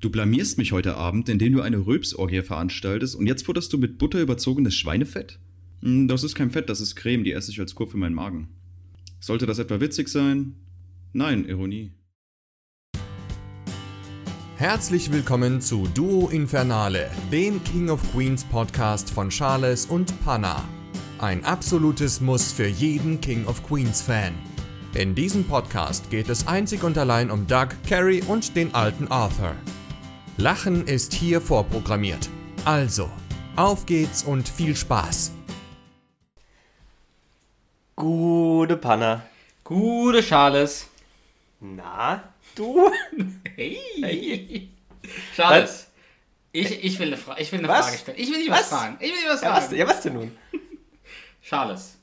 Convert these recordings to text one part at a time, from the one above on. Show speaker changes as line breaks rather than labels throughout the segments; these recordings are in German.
Du blamierst mich heute Abend, indem du eine Rülpsorgie veranstaltest und jetzt futterst du mit Butter überzogenes Schweinefett? Hm, Das ist kein Fett, das ist Creme, die esse ich als Kur für meinen Magen. Sollte das etwa witzig sein? Nein, Ironie.
Herzlich willkommen zu Duo Infernale, dem King of Queens Podcast von Charles und Panna. Ein absolutes Muss für jeden King of Queens Fan. In diesem Podcast geht es einzig und allein um Doug, Carrie und den alten Arthur. Lachen ist hier vorprogrammiert. Also, auf geht's und viel Spaß.
Gute Panna.
Gute Charles.
Na, du?
Hey. Charles. Ich, ich will eine, Fra ich will eine
Was?
Frage stellen. Ich will dich was,
Was?
fragen. Ich will dich was
Ja was,
fragen.
ja, was denn nun?
Charles,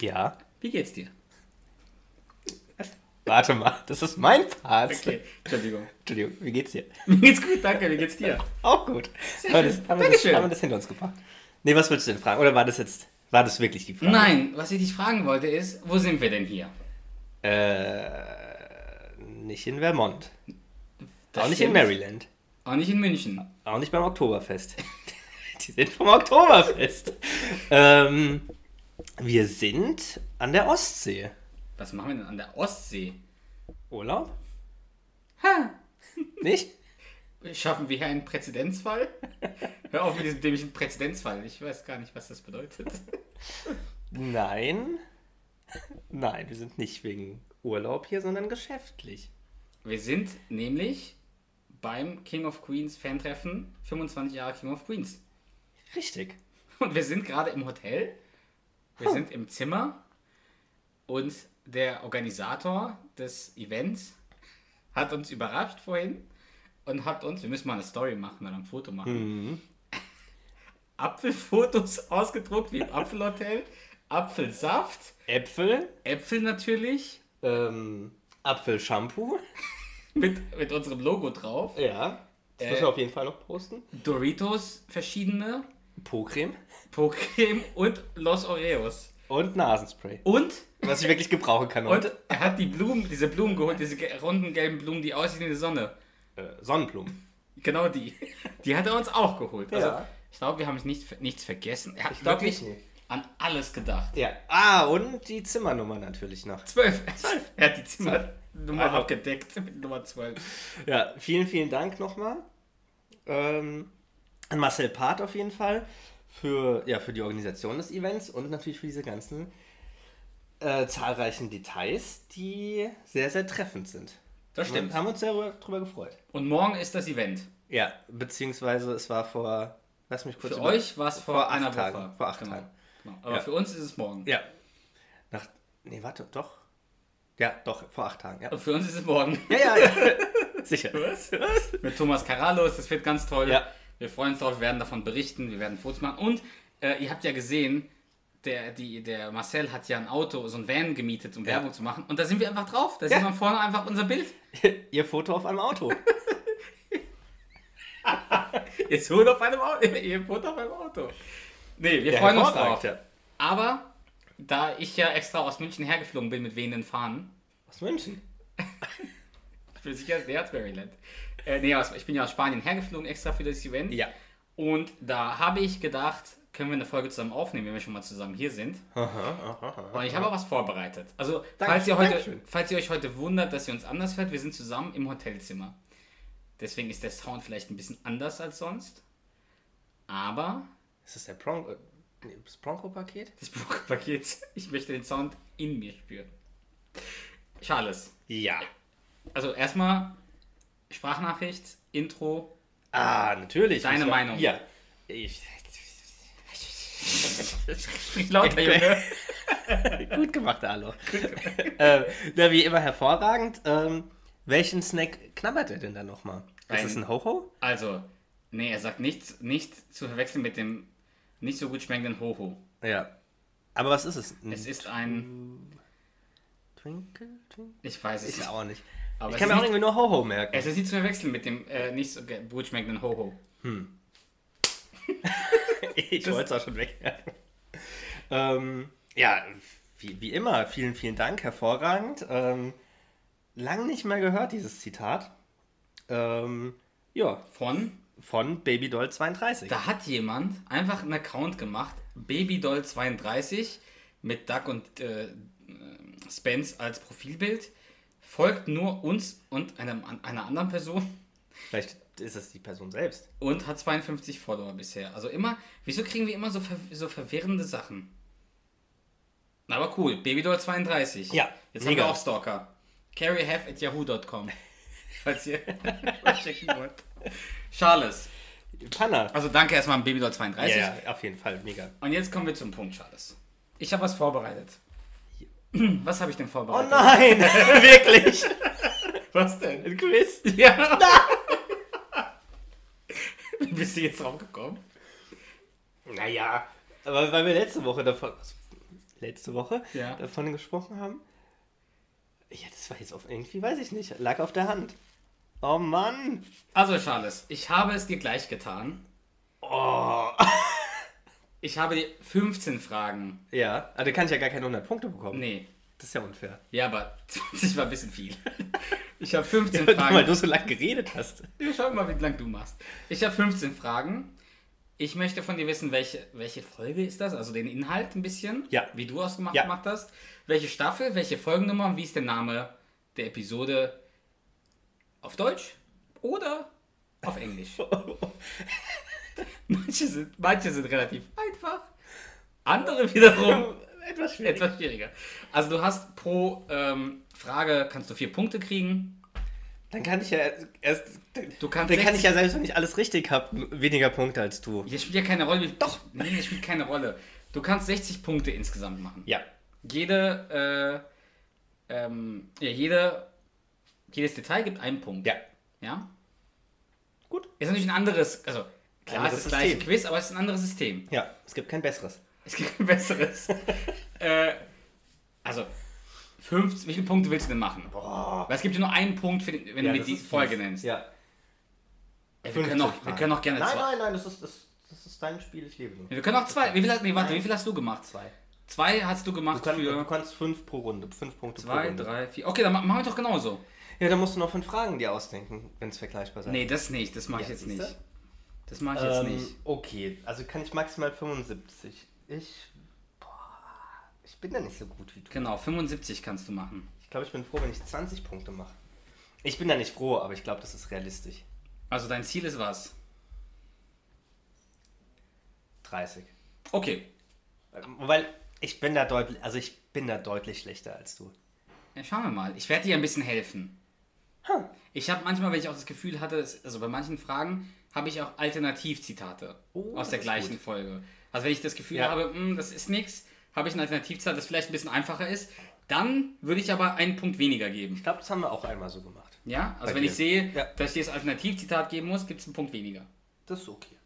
Ja,
wie geht's dir?
warte mal, das ist mein Part.
Okay, Entschuldigung.
Entschuldigung, wie geht's dir?
Mir geht's gut, danke. Wie geht's dir?
Auch gut.
Sehr
Haben wir
schön.
das, haben, wir das,
Dankeschön.
haben wir das hinter uns gebracht? Nee, was willst du denn fragen? Oder war das jetzt, war das wirklich die Frage?
Nein, was ich dich fragen wollte ist, wo sind wir denn hier?
Nicht in Vermont.
Das
auch nicht in
stimmt.
Maryland.
Auch nicht in München.
Auch nicht beim Oktoberfest. die sind vom Oktoberfest. ähm, wir sind an der Ostsee.
Was machen wir denn an der Ostsee?
Urlaub?
Ha!
Nicht?
Schaffen wir hier einen Präzedenzfall? Hör auf mit diesem dämlichen Präzedenzfall. Ich weiß gar nicht, was das bedeutet.
Nein. Nein, wir sind nicht wegen Urlaub hier, sondern geschäftlich.
Wir sind nämlich beim King of Queens Fantreffen 25 Jahre King of Queens.
Richtig.
Und wir sind gerade im Hotel. Wir sind im Zimmer. Und der Organisator des Events hat uns überrascht vorhin und hat uns, wir müssen mal eine Story machen oder ein Foto machen, Apfelfotos ausgedruckt, wie im Apfelhotel, Apfelsaft,
Äpfel,
Äpfel natürlich,
ähm, Apfelshampoo.
mit, mit unserem Logo drauf,
Ja. Das
Äh.
müssen wir auf jeden Fall noch posten.
Doritos verschiedene,
Po-Creme
Pokém und Los Oreos.
und Nasenspray.
Und
Was ich wirklich gebrauchen kann
Und
heute.
er hat die Blumen, diese Blumen geholt, diese ge- runden gelben Blumen, die aussehen wie die Sonne.
Äh, Sonnenblumen.
Genau die. Die hat er uns auch geholt. Also,
Ja.
ich glaube, wir haben nicht, nichts ver- nichts vergessen. Er hat
Ich glaub
wirklich
nicht, nee.
an alles gedacht.
Ja. Ah, und die Zimmernummer natürlich noch.
Zwölf. Er hat die Zimmernummer
Also-
abgedeckt mit Nummer 12.
Ja, vielen, vielen Dank nochmal. Ähm, an Marcel Part auf jeden Fall für, ja, für die Organisation des Events und natürlich für diese ganzen äh, zahlreichen Details, die sehr, sehr treffend sind.
Das stimmt.
Wir haben uns sehr rüber- drüber gefreut.
Und morgen ist das Event.
Ja, beziehungsweise es war vor, lass mich kurz
Für
über-
euch war es
Also, vor
vor,
acht
einer
Tagen,
Woche.
vor acht
genau.
Tagen.
Genau. Aber
Ja.
für uns ist es morgen.
Ja. Nach, nee, warte, doch. Ja, doch, vor acht Tagen, ja.
Und für uns ist es morgen.
Ja, ja, ja. Sicher.
Was? Mit Thomas Karalos, das wird ganz toll.
Ja.
Wir freuen uns drauf, wir werden davon berichten, wir werden Fotos machen. Und äh, ihr habt ja gesehen, der, die, der Marcel hat ja ein Auto, so ein Van gemietet, um Werbung zu machen. Und da sind wir einfach drauf. Da sieht man vorne einfach unser Bild.
Ihr Foto auf einem Auto.
Ihr Foto auf einem Auto. Ihr Foto auf einem Auto. Nee, wir
Ja,
freuen uns
hervorragend,
drauf.
ja.
Aber da ich ja extra aus München hergeflogen bin mit wehenden Fahnen,
Aus München.
für sicher ist der Maryland. Äh, nee, aus, ich bin ja aus Spanien hergeflogen extra für das Event.
Ja.
Und da habe ich gedacht, können wir eine Folge zusammen aufnehmen, wenn wir schon mal zusammen hier sind. Und ich habe auch was vorbereitet. Also, falls ihr, heute,
Dankeschön.
falls ihr euch heute wundert, dass ihr uns anders hört, wir sind zusammen im Hotelzimmer. Deswegen ist der Sound vielleicht ein bisschen anders als sonst. Aber
Ist das der Bronco? Nee, das Bronco-Paket?
das Buchpaket, ich möchte den Sound in mir spüren. Charles.
Ja.
Also erstmal Sprachnachricht, Intro.
Ah, natürlich.
Deine
Ich war-
Meinung.
Ja. Ich,
Sprich lauter, Junge.
gut gemacht, Alo. ähm, na, wie immer hervorragend. Ähm, welchen Snack knabbert er denn dann nochmal? Ist
Ein-
es ein Hoho?
Also, nee, er sagt nichts, nicht zu verwechseln mit dem nicht so gut schmeckenden Hoho.
Ja. Aber was ist es? Ein
Es ist ein,
Twinkle? Twinkle?
ich weiß es
Ich
nicht.
auch nicht.
Aber
ich
es
kann
ist
mir auch
nicht-
irgendwie nur Hoho merken.
Es ist nicht zu verwechseln mit dem äh, nicht so ge- gut schmeckenden Hoho.
ich wollte es auch schon weg. ähm, ja, wie, wie immer, vielen, vielen Dank, hervorragend. Ähm, lang nicht mehr gehört, dieses Zitat. Ähm, Ja,
von.
von Babydoll 32.
Da hat jemand einfach einen Account gemacht, Babydoll32, mit Duck und äh, Spence als Profilbild, folgt nur uns und einem, an- einer anderen Person
Vielleicht ist es die Person selbst.
und hat 52 Follower bisher. Also immer, wieso kriegen wir immer so, ver so verwirrende Sachen? Aber cool, Babydoll32.
Ja,
Jetzt
mega.
haben wir auch Stalker. carryhef at yahoo.com. Falls ihr was schicken wollt. Charles.
Panna.
Also danke erstmal an Babydoll32.
Ja, ja, auf jeden Fall, mega.
Und jetzt kommen wir zum Punkt, Charles. Ich habe was vorbereitet. Was habe ich denn
Oh
vorbereitet?
nein, wirklich.
Was denn?
Ein Quiz.
Ja. Wie bist du jetzt drauf gekommen?
Naja, aber weil wir letzte Woche davon, also letzte Woche
Ja.
davon gesprochen haben. Ja, das war jetzt auf irgendwie, weiß ich nicht, lag auf der Hand. Oh Mann.
Also, Charles, ich habe es dir gleich getan.
Oh.
Ich habe dir 15 Fragen.
Ja, aber da kann ich ja gar keine 100 Punkte bekommen.
Nee.
Das ist ja unfair.
Ja, aber 20 war ein bisschen viel. Ich habe 15
Weil
Fragen.
du so lange geredet hast.
Wir schauen mal, wie lang du machst. Ich habe 15 Fragen. Ich möchte von dir wissen, welche, welche Folge ist das? Also den Inhalt ein bisschen,
Ja.
wie du ausgemacht
Ja.
gemacht hast. Welche Staffel, welche Folgennummer und wie ist der Name der Episode auf Deutsch oder auf Englisch? manche, sind, manche sind relativ einfach, andere wiederum
Ähm, Etwas schwierig.
etwas schwieriger. Also du hast pro ähm, Frage, kannst du vier Punkte kriegen.
Dann kann ich ja erst.
Du kannst
dann kann ich
60
ja selbst, wenn ich alles richtig habe, weniger Punkte als du.
Das spielt ja keine Rolle. Wie, doch, nee, das spielt keine Rolle. Du kannst 60 Punkte insgesamt machen.
Ja.
Jede, äh, ähm, ja, jede, jedes Detail gibt einen Punkt.
Ja.
Ja?
Gut.
Ist natürlich ein anderes, also klar,
Anderes
es ist das gleiche
System.
Quiz, aber es ist ein anderes System.
Ja, es gibt kein besseres.
Es gibt ein besseres. äh, also, 50, wie viele Punkte willst du denn machen?
Boah.
Weil es gibt ja nur einen Punkt, für den, wenn du mir die Folge nennst.
Ja.
Ey, wir, können auch, wir können auch gerne
nein,
zwei.
Nein, nein, das ist, das, das ist dein Spiel, ich liebe nur.
Wir können auch zwei. Wie viel, hast- nee, warte, wie viel hast du gemacht?
Zwei.
Zwei hast du gemacht
Du, kann,
für.
du kannst fünf pro Runde, fünf Punkte pro
Zwei,
Runde.
drei, vier. Okay, dann ma- machen wir doch genauso.
Ja, dann musst du noch fünf Fragen dir ausdenken, wenn es vergleichbar sein
Nee, das nicht. Das mache ich
Ja,
jetzt
siehste?
nicht. Das mache ich
ähm,
jetzt nicht.
Okay, also kann ich maximal 75. Ich. Boah. Ich bin da nicht so gut wie du.
Genau, 75 kannst du machen.
Ich glaube, ich bin froh, wenn ich 20 Punkte mache. Ich bin da nicht froh, aber ich glaube, das ist realistisch.
Also dein Ziel ist was?
30.
Okay.
Ähm, Weil ich bin da deutlich, also ich bin da deutlich schlechter als du.
Ja, schauen wir mal. Ich werde dir ein bisschen helfen.
Huh.
Ich habe manchmal, wenn ich auch das Gefühl hatte, es- also bei manchen Fragen habe ich auch Alternativzitate
Oh,
aus der
das ist
gleichen
gut.
Folge. Also wenn ich das Gefühl
Ja.
habe, "Hm, das ist nichts, habe ich ein Alternativzitat, das vielleicht ein bisschen einfacher ist. Dann würde ich aber einen Punkt weniger geben.
Ich glaube, das haben wir auch einmal so gemacht.
Ja, also
Bei
wenn
dir.
ich sehe,
Ja.
dass ich dir das Alternativzitat geben muss, gibt es einen Punkt weniger.
Das ist okay.
Also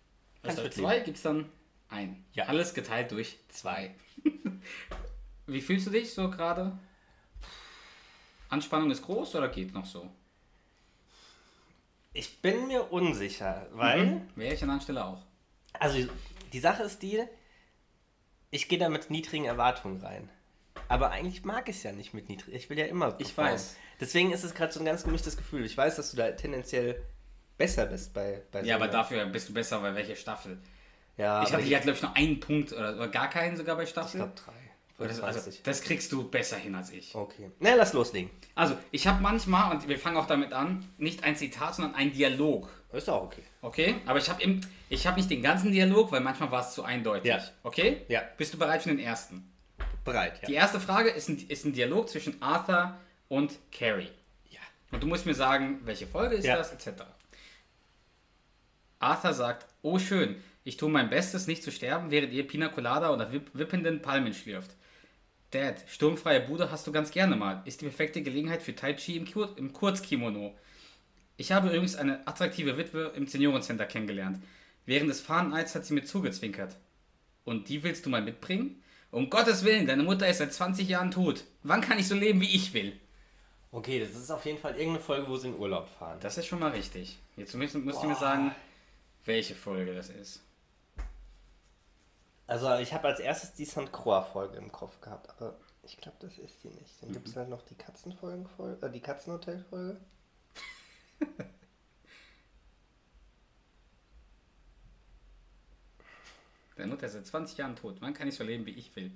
Kannst
statt
du
zwei gibt es dann ein.
Ja.
Alles geteilt durch zwei. Wie fühlst du dich so gerade? Anspannung ist groß oder geht noch so?
Ich bin mir unsicher, weil,
Wäre ich an deiner Stelle auch.
also die Sache ist die, ich gehe da mit niedrigen Erwartungen rein. Aber eigentlich mag ich es ja nicht mit niedrigen. Ich will ja immer.
Ich
performen.
weiß.
Deswegen ist es gerade so ein ganz gemischtes Gefühl. Ich weiß, dass du da tendenziell besser bist bei. bei so
Ja, aber
einer-
dafür bist du besser bei welcher Staffel?
Ja,
ich
aber
hatte ja, glaube ich, nur einen Punkt oder, oder gar keinen sogar bei
Ich
Staffel.
glaube drei.
Oder das, also,
25.
das kriegst du besser hin als ich.
Okay. Na, lass loslegen.
Also, ich habe manchmal, und wir fangen auch damit an, nicht ein Zitat, sondern ein Dialog.
Ist auch okay.
Okay? Aber ich habe hab nicht den ganzen Dialog, weil manchmal war es zu eindeutig.
Ja.
Okay?
Ja.
Bist du bereit für den ersten?
Bereit, ja.
Die erste Frage ist ein, ist ein Dialog zwischen Arthur und Carrie.
ja.
Und du musst mir sagen, welche Folge ist
Ja.
das, etc. Arthur sagt, oh schön, ich tue mein Bestes, nicht zu sterben, während ihr Pina Colada oder wipp wippenden Palmen schlürft. Dad, sturmfreie Bude hast du ganz gerne mal. Ist die perfekte Gelegenheit für Tai Chi im, Kur im Kurzkimono. Ich habe übrigens eine attraktive Witwe im Seniorencenter kennengelernt. Während des Fahneneits hat sie mir zugezwinkert. Und die willst du mal mitbringen? Um Gottes Willen, deine Mutter ist seit 20 Jahren tot. Wann kann ich so leben, wie ich will?
Okay, das ist auf jeden Fall irgendeine Folge, wo sie in Urlaub fahren.
Das ist schon mal richtig. Jetzt musst, musst du mir
Boah.
sagen, welche Folge das ist.
Also ich habe als erstes die St. Croix-Folge im Kopf gehabt, aber ich glaube, das ist die nicht. Dann gibt es halt noch die Katzenfolgen-Folge, äh, die Katzenhotel-Folge.
Deine Mutter ist seit 20 Jahren tot. Wann kann ich so leben, wie ich will?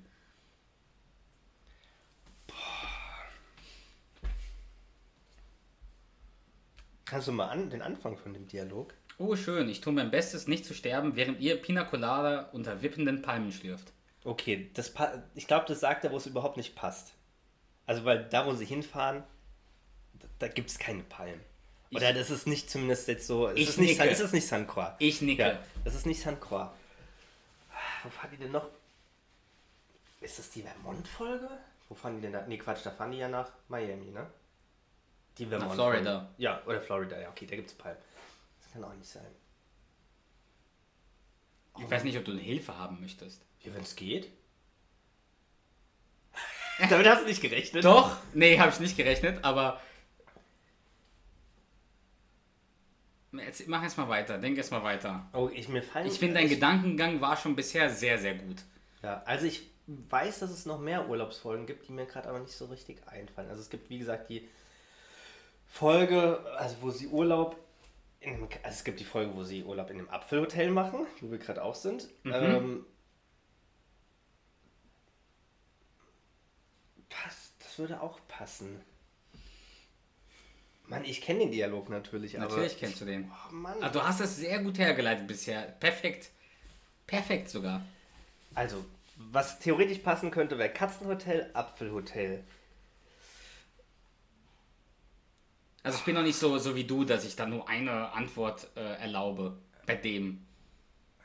Kannst du mal an, den Anfang von dem Dialog?
Oh, schön. Ich tue mein Bestes, nicht zu sterben, während ihr Pina Colada unter wippenden Palmen schlürft.
Okay, das pa- ich glaube, das sagt er, wo es überhaupt nicht passt. Also, weil da, wo sie hinfahren, da, da gibt es keine Palmen. Oder
Ich-
das ist nicht zumindest jetzt so. Es
Ich
ist, nicht San,
nicke.
es ist nicht San Croix.
Ich nicke.
Ja, das ist nicht San Croix. Wo fahren die denn noch? Ist das die Vermont-Folge? Wo fahren die denn da? Nee, Quatsch, da fahren die ja nach Miami, ne? Die Vermont.
Florida.
Ja, oder Florida, ja, okay, da gibt's Palmen. Das kann auch nicht sein.
Ich weiß nicht, ob du Hilfe haben möchtest.
Ja, wenn es geht. Damit hast du nicht gerechnet.
Doch? Nee, habe ich nicht gerechnet, aber. Jetzt, mach erst mal weiter, denk erst mal weiter.
Oh, ich mir fallen.
Ich finde, dein Gedankengang war schon bisher sehr, sehr gut.
Ja, also ich weiß, dass es noch mehr Urlaubsfolgen gibt, die mir gerade aber nicht so richtig einfallen. Also es gibt, wie gesagt, die Folge, also wo sie Urlaub in dem, also es gibt die Folge, wo sie Urlaub in dem Apfelhotel machen, wo wir gerade auch sind. Ähm, passt, das würde auch passen. Mann, ich kenne den Dialog natürlich, aber.
Natürlich kennst du den.
Oh Mann.
Ah, du hast das sehr gut hergeleitet bisher. Perfekt. Perfekt sogar.
Also, was theoretisch passen könnte, wäre Katzenhotel, Apfelhotel.
Also ich bin noch nicht so, so wie du, dass ich da nur eine Antwort äh, erlaube bei dem.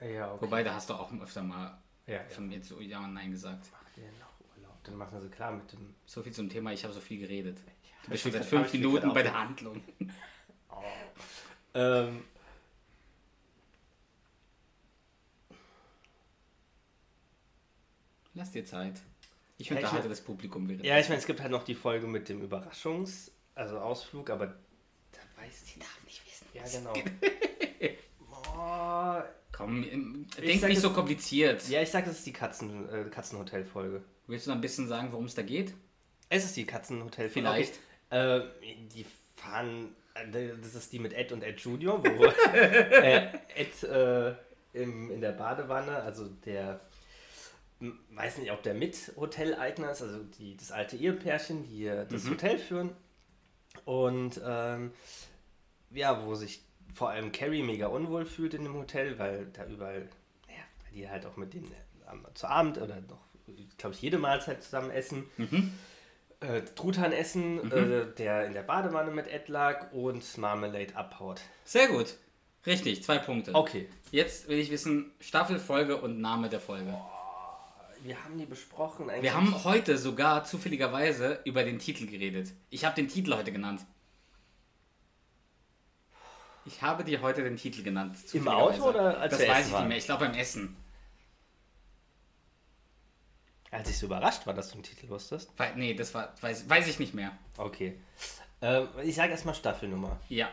Ja, okay.
Wobei, da hast du auch öfter mal
Ja,
von mir zu Ja und Nein gesagt.
Macht ihr denn noch Urlaub? Dann machen sie klar mit dem.
So viel zum Thema, ich habe so viel geredet. Du bist schon
ich
seit
grad- hab
fünf
ich mir grad
Minuten bei
auch-
der Handlung.
Ähm.
Lass dir Zeit. Ich
Ja, ich
unterhalte
mein-
das Publikum während.
Ja, ich meine, es gibt halt noch die Folge mit dem Überraschungs-, also Ausflug, aber da weiß die darf nicht wissen. Ja, genau. Boah.
Komm, ähm,
Ich
denk
sag
nicht so
jetzt-
kompliziert.
Ja, ich sag, das ist die Katzen, äh, Katzenhotel-Folge.
Willst du noch ein bisschen sagen, worum es da geht?
Es ist die Katzenhotel-Folge.
Vielleicht.
Okay. Äh, die fahren, äh, das ist die mit Ed und Ed Junior, wo äh, Ed äh, im, in der Badewanne, also der, m- weiß nicht, ob der Mit-Hoteleigner ist, also die, das alte Ehepärchen, die äh, das Hotel führen. Und ähm, ja, wo sich vor allem Carrie mega unwohl fühlt in dem Hotel, weil da überall, ja, weil die halt auch mit denen am, zu Abend oder noch, glaube ich, jede Mahlzeit zusammen essen. Äh, Truthahn essen,
Mhm.
äh, der in der Badewanne mit Ed lag und Marmalade abhaut.
Sehr gut. Richtig, zwei Punkte.
Okay.
Jetzt will ich wissen, Staffel, Folge und Name der Folge.
Wir haben die besprochen eigentlich.
Wir haben heute sogar zufälligerweise über den Titel geredet. Ich habe den Titel heute genannt. Ich habe dir heute den Titel genannt.
Im
zufälligerweise.
Auto oder als
Das
wir essen
weiß ich
waren?
nicht mehr. Ich glaube beim Essen.
Als ich so überrascht war, dass du den Titel wusstest.
We nee, das war, weiß, weiß ich nicht mehr.
Okay. Ähm, ich sage erstmal Staffelnummer.
Ja.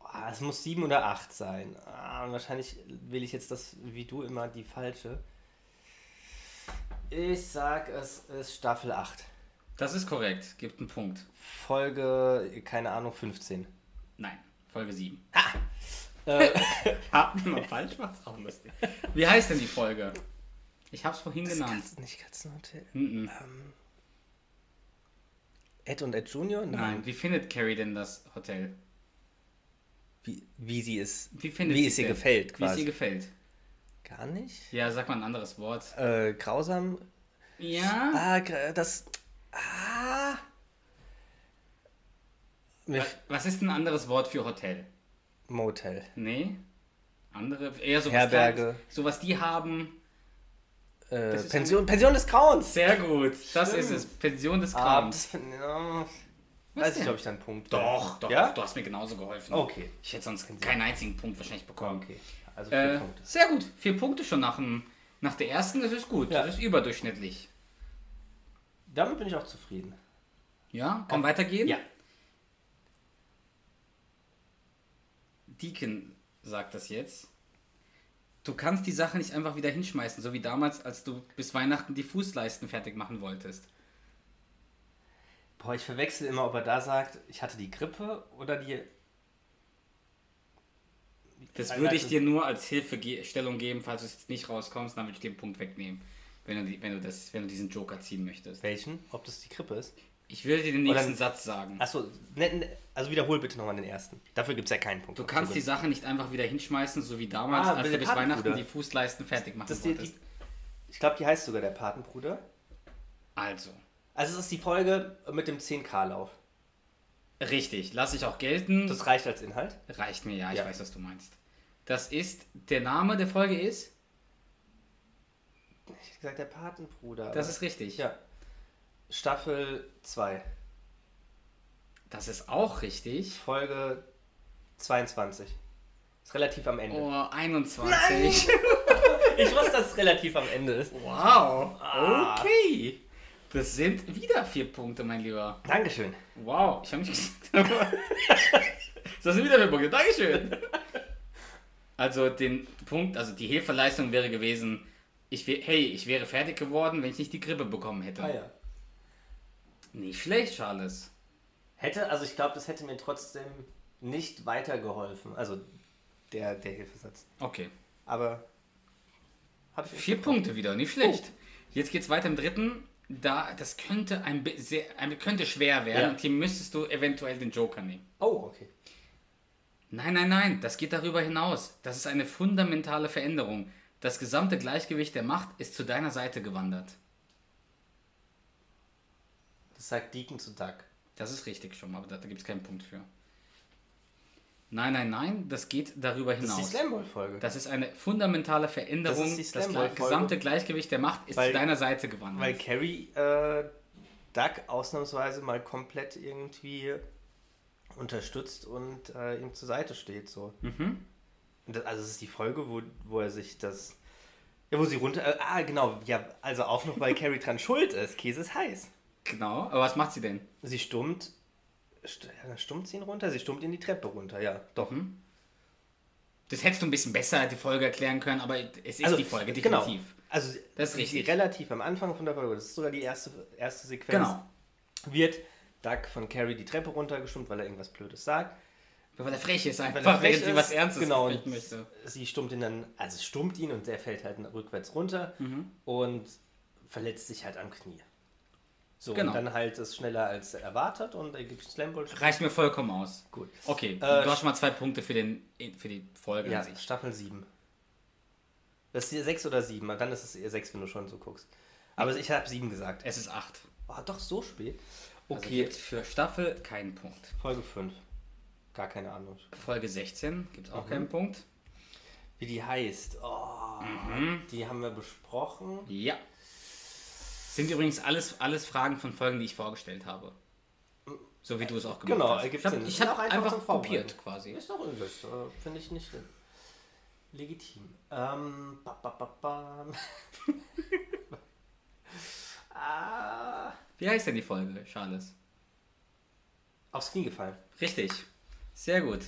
Ah, es muss sieben oder acht sein. Ah, wahrscheinlich will ich jetzt das, wie du immer, die falsche. Ich sag, es ist Staffel 8.
Das ist korrekt. Gibt einen Punkt.
Folge, keine Ahnung, 15.
Nein, Folge 7.
Äh,
Ah, wenn man falsch macht, auch lustig. Wie heißt denn die Folge? Ich hab's vorhin genannt.
Katzen, nicht Katzenhotel.
Mhm.
Ed und Ed Junior?
Nein, wie findet Carrie denn das Hotel?
Wie, wie sie es,
Wie findet
wie
sie
es ihr
denn?
gefällt,
Wie es
quasi.
ihr gefällt.
Gar nicht?
Ja, sag mal ein anderes Wort.
Äh, grausam?
Ja.
Ah, gra- das. Ah. Mir
Was- Was ist ein anderes Wort für Hotel?
Motel. Äh,
Nee. Andere, eher sowas
Herberge.
Kleines. Sowas die haben.
Äh,
ist
Pension, Pension des Grauens. Ah,
Sehr gut. Das ist es. Pension des Grauens.
das find- ja,
Was
weiß ich,
denn?
ob ich dann einen Punkt
Doch, doch,
ja?
du hast mir genauso geholfen.
Okay.
Ich hätte sonst keinen einzigen Punkt wahrscheinlich bekommen.
Okay. Also vier
Äh,
Punkte.
sehr gut. Vier Punkte schon nach, dem, nach der ersten. Das ist gut.
Ja.
Das ist überdurchschnittlich.
Damit bin ich auch zufrieden.
Ja, kann weitergehen? Deacon sagt das jetzt. Du kannst die Sache nicht einfach wieder hinschmeißen, so wie damals, als du bis Weihnachten die Fußleisten fertig machen wolltest.
Boah, ich verwechsel immer, ob er da sagt, ich hatte die Grippe oder die.
Das
Highlight
würde ich
ist-
dir nur als Hilfestellung geben, falls du es jetzt nicht rauskommst, dann würde ich dir einen Punkt wegnehmen, wenn du, die, wenn, du das, wenn du diesen Joker ziehen möchtest.
Welchen? Ob das die Krippe ist?
Ich würde dir den
Oder-
nächsten Satz sagen.
Achso, ne, ne, also wiederhol bitte nochmal den ersten. Dafür gibt es ja keinen Punkt.
Du kannst die Sache nicht einfach wieder hinschmeißen, so wie damals,
Ah,
als
mit
du
dem
bis Weihnachten
Patenbruder.
die Fußleisten fertig machen
Das ist die,
wolltest.
die, ich glaube, die heißt sogar der Patenbruder.
Also,
Also es ist die Folge mit dem 10K-Lauf.
richtig, lass ich auch gelten.
Das reicht als Inhalt.
reicht mir, ja, ich
Ja.
weiß, was du meinst. Das ist, der Name der Folge ist,
Ich hätte gesagt, der Patenbruder.
das
aber-
ist richtig.
Ja. Staffel 2,
Das ist auch richtig.
Folge 22. Ist relativ am Ende.
Oh, 21.
Ich wusste, dass es relativ am Ende ist.
Oh. Wow,
Ah.
okay. Das sind wieder vier Punkte, mein Lieber.
Dankeschön.
Wow, ich habe mich gesagt. das sind wieder vier Punkte. Dankeschön. Also den Punkt, also die Hilfeleistung wäre gewesen, ich wär, hey, ich wäre fertig geworden, wenn ich nicht die Grippe bekommen hätte.
Ah,
Nicht schlecht, Charles.
Hätte, also ich glaube, das hätte mir trotzdem nicht weitergeholfen. Also der, der Hilfesatz.
Okay.
Aber hab ich
Vier Punkte wieder, nicht schlecht.
Oh.
Jetzt geht's weiter im dritten. Da, das könnte ein, bi- sehr, ein könnte schwer werden.
Ja.
Und hier müsstest du eventuell den Joker nehmen.
Oh, okay.
Nein, nein, nein, das geht darüber hinaus. Das ist eine fundamentale Veränderung. Das gesamte Gleichgewicht der Macht ist zu deiner Seite gewandert.
Das sagt Deacon zu Duck.
Das ist richtig schon, aber da, da gibt es keinen Punkt für. Nein, nein, nein, das geht darüber
Das
hinaus.
ist die Slamball-Folge.
Genau. Das ist eine fundamentale Veränderung.
Das ist die
Das,
Slam Ball
gle-
Folge.
gesamte Gleichgewicht der Macht ist
Weil-
zu deiner Seite gewandert.
Weil Carrie äh, Duck ausnahmsweise mal komplett irgendwie unterstützt und äh, ihm zur Seite steht. So. Und das, also es ist die Folge, wo, wo er sich das. Ja, wo sie runter. Äh, ah, genau. Ja, also auch noch, weil Carrie dran schuld ist. Käse ist heiß.
genau, aber was macht sie denn?
Sie stummt. St ja, stummt sie ihn runter? Sie stummt ihn die Treppe runter, ja. Doch.
Mhm. Das hättest du ein bisschen besser die Folge erklären können, aber es ist die Folge, definitiv.
Also, Genau. Also
Das ist
sie-
richtig.
relativ am Anfang von der Folge, das ist sogar die erste, erste Sequenz.
Genau.
Wird Doug von Carrie die Treppe runtergestummt, weil er irgendwas Blödes sagt.
Weil er frech ist
Weil
einfach,
er frech
während sie
ist,
was Ernstes
genau,
besprechen
und
möchte.
Sie stummt ihn dann, also stummt ihn und der fällt halt rückwärts runter
Mhm.
und verletzt sich halt am Knie. So,
Genau.
und dann halt ist schneller als erwartet und er gibt Slamball.
Reicht mir vollkommen aus.
Gut.
Okay,
Äh,
du hast schon mal zwei Punkte für, den, für die Folge
Ja,
an sich.
Staffel 7. Das ist hier 6 oder 7, dann ist es eher 6, wenn du schon so guckst. Aber ich habe 7 gesagt.
Es ist acht.
Oh, doch, so spät.
Also
Okay,
gibt für Staffel keinen Punkt.
Folge 5. Gar keine Ahnung.
Folge 16 gibt
Mhm.
es auch keinen Punkt.
Wie die heißt. Oh,
Mhm.
Die haben wir besprochen.
Ja. Sind übrigens alles, alles Fragen von Folgen, die ich vorgestellt habe. So wie du es auch gemacht
Genau,
hast.
ergibt
Ich habe
Sinn.
ich
Sind
hab
auch einfach
einfach,
zum Vorbereiten.
kopiert quasi.
Ist doch übelst. Äh, Finde ich nicht schlimm. Legitim. Ähm, ba, ba, ba, bam. ah,
Wie heißt denn die Folge, Charles?
aufs Knie gefallen.
Richtig. Sehr gut.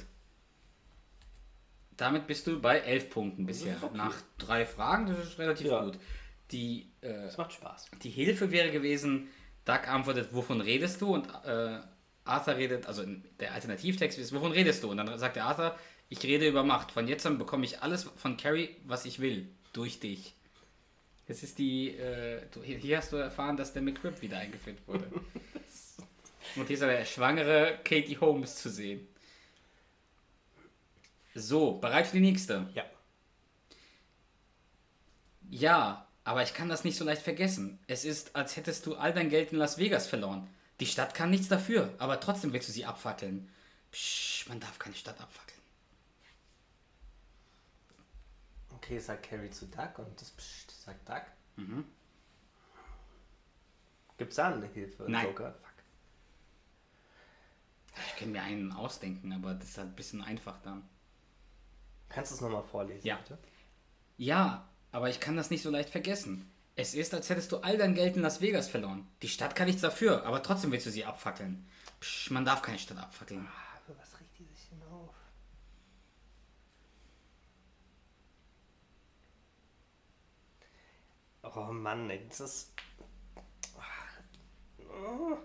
Damit bist du bei elf Punkten
ist
bisher.
okay.
Nach drei Fragen, das ist relativ
Ja.
gut. Die, äh,
Das macht Spaß.
die Hilfe wäre gewesen, Doug antwortet, wovon redest du? Und äh, Arthur redet, also in- der Alternativtext ist, wovon redest du? Und dann sagt der Arthur, ich rede über Macht. Von jetzt an bekomme ich alles von Carrie, was ich will, durch dich. Jetzt ist die, äh, du, hier- hier hast du erfahren, dass der McRib wieder eingeführt wurde. Und hier ist eine schwangere Katie Holmes zu sehen. So, bereit für die nächste.
Ja.
Ja, aber ich kann das nicht so leicht vergessen. Es ist, als hättest du all dein Geld in Las Vegas verloren. Die Stadt kann nichts dafür, aber trotzdem willst du sie abfackeln. Psch, man darf keine Stadt abfackeln.
Okay, sagt Carrie zu Duck und das Psst sagt Duck. Mhm. Gibt's da eine Hilfe?
Nein.
Joker? Fuck.
Ich kann mir einen ausdenken, aber das ist halt ein bisschen einfach dann.
Kannst du es nochmal vorlesen,
Ja.
bitte?
Ja, aber ich kann das nicht so leicht vergessen. Es ist, als hättest du all dein Geld in Las Vegas verloren. Die Stadt kann nichts dafür, aber trotzdem willst du sie abfackeln. Psch, man darf keine Stadt abfackeln.
Ah, für was regt die sich denn auf? Oh Mann, ey, das ist. Ah. Oh.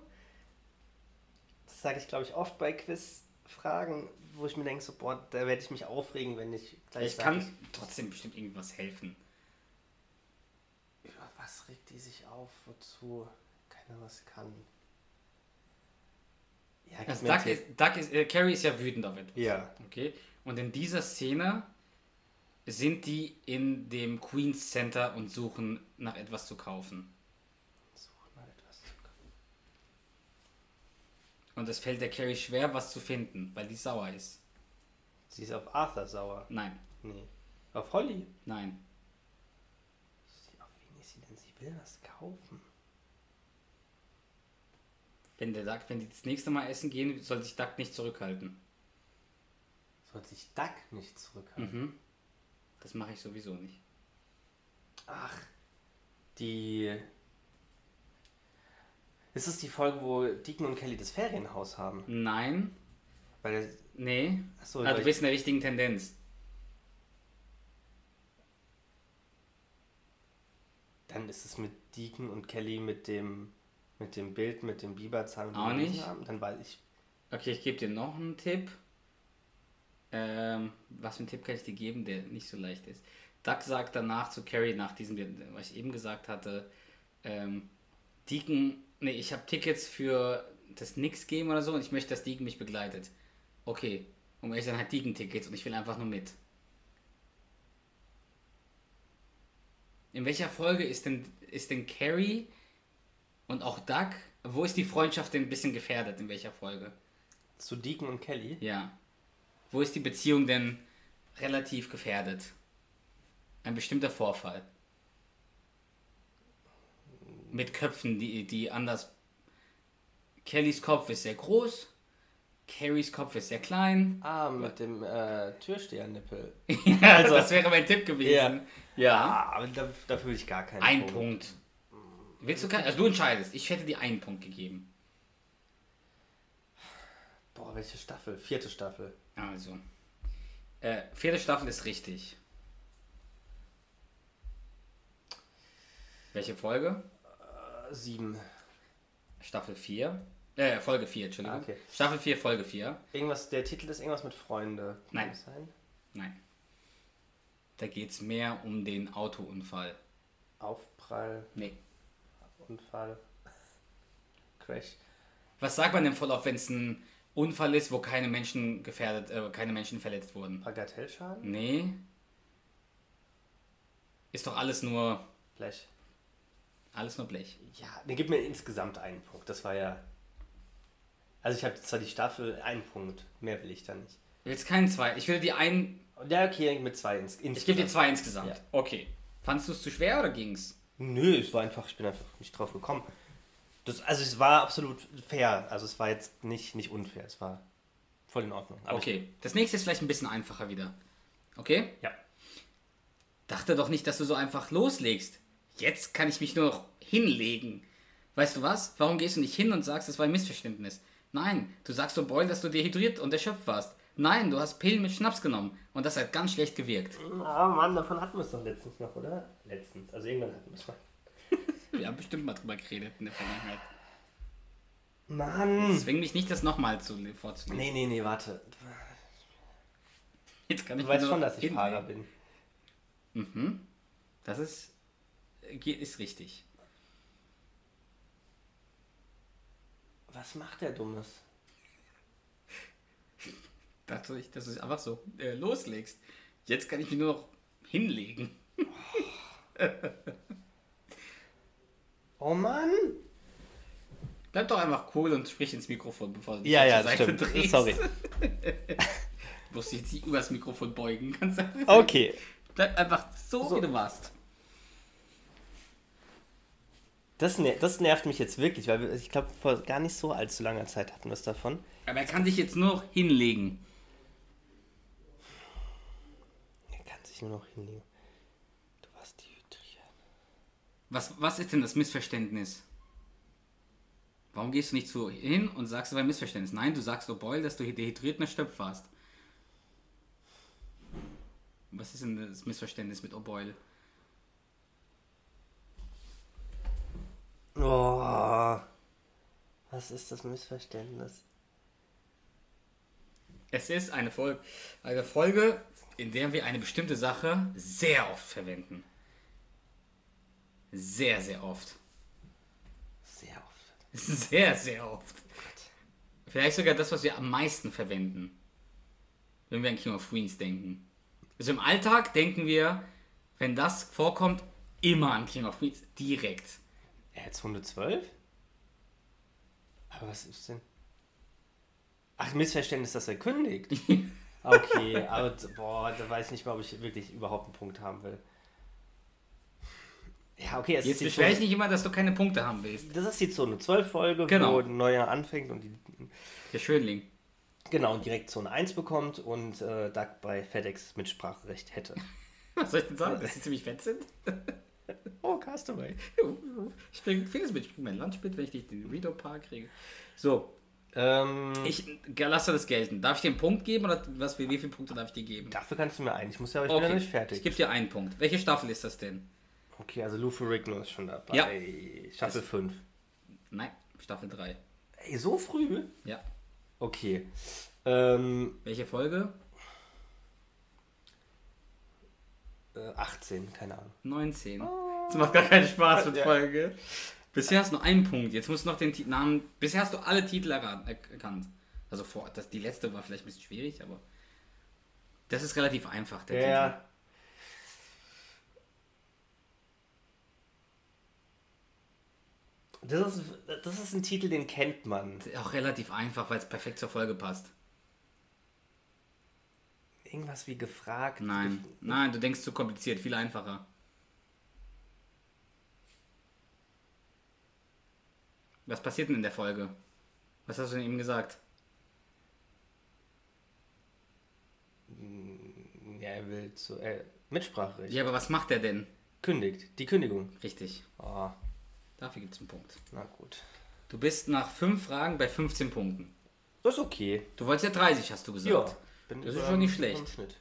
Das sage ich, glaube ich, oft bei Quiz. Fragen, wo ich mir denke, so, boah, da werde ich mich aufregen, wenn Ah, ich gleich
Ich kann trotzdem bestimmt irgendwas helfen.
Über was regt die sich auf? Wozu? Keiner was kann. Ja, gib
Also
mir einen
Doug
Tipp.
ist, Doug ist, äh, Carrie ist ja wütend auf etwas.
Ja.
Okay. Und in dieser Szene sind die in dem Queen's Center und suchen nach etwas zu kaufen.
Such mal etwas.
Und es fällt der Carrie schwer, was zu finden, weil die sauer ist.
Sie ist auf Arthur sauer.
Nein,
Nee. Auf Holly.
nein.
Ist sie- Auf wen ist sie denn? Sie will was kaufen.
Wenn der Duck, wenn die das nächste Mal essen gehen, soll sich Duck nicht zurückhalten.
Soll sich Duck nicht zurückhalten.
Mhm. Das mache ich sowieso nicht.
Ach. Die. Ist es die Folge, wo Deacon und Kelly das Ferienhaus haben?
Nein,
Weil er-
nee.
Ach so,
ah,
weil
du
ich-
bist in der richtigen Tendenz.
dann ist es mit Deacon und Kelly mit dem mit dem Bild, mit dem Biberzahn und
Auch
dem
nicht.
Rosenarm. Dann weiß ich.
Okay, ich gebe dir noch einen Tipp. Ähm, was für einen Tipp kann ich dir geben, der nicht so leicht ist? Duck sagt danach zu Carrie, nach diesem, was ich eben gesagt hatte, ähm, Deacon, nee, ich habe Tickets für das Nix-Game oder so und ich möchte, dass Deacon mich begleitet. Okay, und ich dann hat Deacon Tickets und ich will einfach nur mit. In welcher Folge ist denn, ist denn Carrie und auch Duck, wo ist die Freundschaft denn ein bisschen gefährdet? In welcher Folge?
Zu Deacon und Kelly.
Ja. Wo ist die Beziehung denn relativ gefährdet? Ein bestimmter Vorfall. Mit Köpfen, die, die anders. Kellys Kopf ist sehr groß, Carries Kopf ist sehr klein.
Ah, mit dem äh, Türstehernippel.
also, das wäre mein Tipp gewesen. Ja.
Ah, aber da, dafür will ich gar keinen
Ein Punkt. Willst du kein, Also, du entscheidest. Ich hätte dir einen Punkt gegeben.
Boah, welche Staffel? Vierte Staffel.
Also. Äh, vierte Staffel ist richtig. Welche Folge?
Äh, Sieben.
Staffel 4. Äh, Folge 4, Entschuldigung.
Ah, okay.
Staffel 4, Folge 4.
Irgendwas, der Titel ist irgendwas mit Freunde. Kann
Nein.
das Sein?
Nein. Da geht es mehr um den Autounfall.
Aufprall,
Nee.
Unfall, Crash.
Was sagt man denn voll auf, wenn es ein Unfall ist, wo keine Menschen gefährdet, äh, keine Menschen verletzt wurden?
Bagatellschaden?
Nee. Ist doch alles nur,
Blech.
alles nur Blech.
Ja, dann gib mir insgesamt einen Punkt. Das war ja. Also ich habe zwar die Staffel, einen Punkt. Mehr will ich da nicht.
Du willst keinen zwei. Ich will dir einen,
Ja, okay, mit zwei ins insgesamt.
ich gebe dir zwei insgesamt.
Ja.
Okay. Fandst du es zu schwer oder ging's?
Nö, es war einfach, ich bin einfach nicht drauf gekommen. Das, also es war absolut fair. Also es war jetzt nicht, nicht unfair. Es war voll in Ordnung. Aber
Okay. Das nächste ist vielleicht ein bisschen einfacher wieder. Okay?
Ich, ja.
Dachte doch nicht, dass du so einfach loslegst. Jetzt kann ich mich nur noch hinlegen. Weißt du was? Warum gehst du nicht hin und sagst, es war ein Missverständnis? Nein, du sagst so Boyle, dass du dehydriert und erschöpft warst. Nein, du hast Pillen mit Schnaps genommen und das hat ganz schlecht gewirkt.
Ah Mann, davon hatten wir es doch letztens noch, oder? Letztens. Also irgendwann hatten wir es mal.
Wir haben bestimmt mal drüber geredet in der Vergangenheit.
Mann!
Zwing mich nicht, das nochmal zu, vorzulesen.
Nee, nee, nee, warte.
Jetzt kann ich
Du weißt
nur noch
schon, dass ich
hinlegen.
Fahrer bin.
Das ist, äh, ge- ist richtig.
Was macht der Dummes?
Dachte ich, dass du es einfach so äh, loslegst. Jetzt kann ich mich nur noch hinlegen.
Oh Mann!
Bleib doch einfach cool und sprich ins Mikrofon, bevor du dich
Ja,
zur
ja, das
Seite
stimmt.
drehst.
Sorry.
Du musst dich jetzt nicht übers Mikrofon beugen. Kannst einfach-
Okay.
Bleib einfach so,
So.
wie du warst.
Das, ner das nervt mich jetzt wirklich, weil wir, ich glaube, vor gar nicht so allzu langer Zeit hatten wir es davon.
Aber er kann sich jetzt nur noch hinlegen.
Er kann sich nur noch hinlegen. Du warst dehydriert.
Was, was ist denn das Missverständnis? Warum gehst du nicht zu hin und sagst, es war ein Missverständnis? Nein, du sagst, oh Boyle, dass du dehydriert und erschöpft warst. Was ist denn das Missverständnis mit oh O'Boyle?
Oh, was ist das Missverständnis?
Es ist eine Folge, eine Folge, in der wir eine bestimmte Sache sehr oft verwenden. Sehr, sehr oft.
Sehr oft.
Sehr, sehr oft. Vielleicht sogar das, was wir am meisten verwenden, wenn wir an King of Queens denken. Also im Alltag denken wir, wenn das vorkommt, immer an King of Queens direkt.
Er hat 112? Aber was ist denn? Ach, Missverständnis, dass er kündigt. Okay, aber d- boah, da weiß ich nicht mal, ob ich wirklich überhaupt einen Punkt haben will. Ja, okay, es
Jetzt
ist
beschwere ich
die
nicht immer, dass du keine Punkte haben willst.
das ist die Zone 12 Folge,
Genau.
wo ein neuer anfängt und die
Der Schönling.
genau und direkt Zone 1 bekommt und äh, Duck bei FedEx Mitspracherecht hätte.
Was soll ich denn sagen, dass die ziemlich fett sind?
Oh, Castaway.
Ich bringe vieles mit. Ich bringe mein Lunch mit, wenn ich dich in den Rideau Park kriege. So,
Ähm,
ich lasse das gelten. Darf ich dir einen Punkt geben oder was, wie viele Punkte darf ich dir geben?
dafür kannst du mir ein. Ich muss ja, aber ich bin
Okay,
ja nicht fertig.
ich gebe dir einen Punkt. Welche Staffel ist das denn?
Okay, also Luffy Rigno ist schon dabei.
Ja.
Staffel 5.
Nein, Staffel 3.
Ey, so früh?
Ja.
Okay. Ähm,
Welche Folge?
äh, 18, keine Ahnung.
19. Das macht gar keinen Spaß mit
Oh. Ja.
Folge. Bisher hast du nur einen Punkt. Jetzt musst du noch den Ti- Namen. Bisher hast du alle Titel erraten, er- erkannt. Also vor, das, die letzte war vielleicht ein bisschen schwierig, aber. Das ist relativ einfach, der Titel.
Ja. Das ist, das ist ein Titel, den kennt man.
Auch relativ einfach, weil es perfekt zur Folge passt.
Irgendwas wie gefragt.
Nein, nein, du denkst zu kompliziert, viel einfacher. Was passiert denn in der Folge? Was hast du denn eben gesagt?
Ja, er will zu. Äh, Mitspracherecht.
Ja, aber was macht er denn?
Kündigt. Die Kündigung.
Richtig.
Oh,
Dafür gibt es einen Punkt.
na gut.
Du bist nach fünf Fragen bei 15 Punkten.
Das ist okay.
Du wolltest ja 30, hast du
Ja.
gesagt.
bin
Das ist
über-
schon nicht
über dem
schlecht.
Schnitt.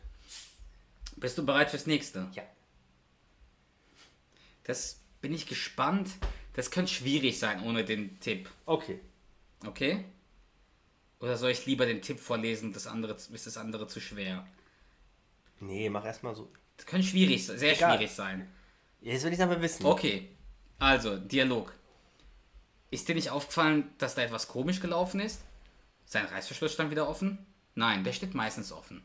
Bist du bereit fürs nächste?
Ja.
Das bin ich gespannt. Das könnte schwierig sein ohne den Tipp.
Okay.
Okay? Oder soll ich lieber den Tipp vorlesen, das andere, ist das andere zu schwer?
Nee, mach erstmal so.
Das könnte schwierig sein, sehr
Egal.
schwierig sein.
Jetzt will ich es aber wissen.
Okay, also, Dialog. Ist dir nicht aufgefallen, dass da etwas komisch gelaufen ist? Sein Reißverschluss stand wieder offen? Nein, der steht meistens offen.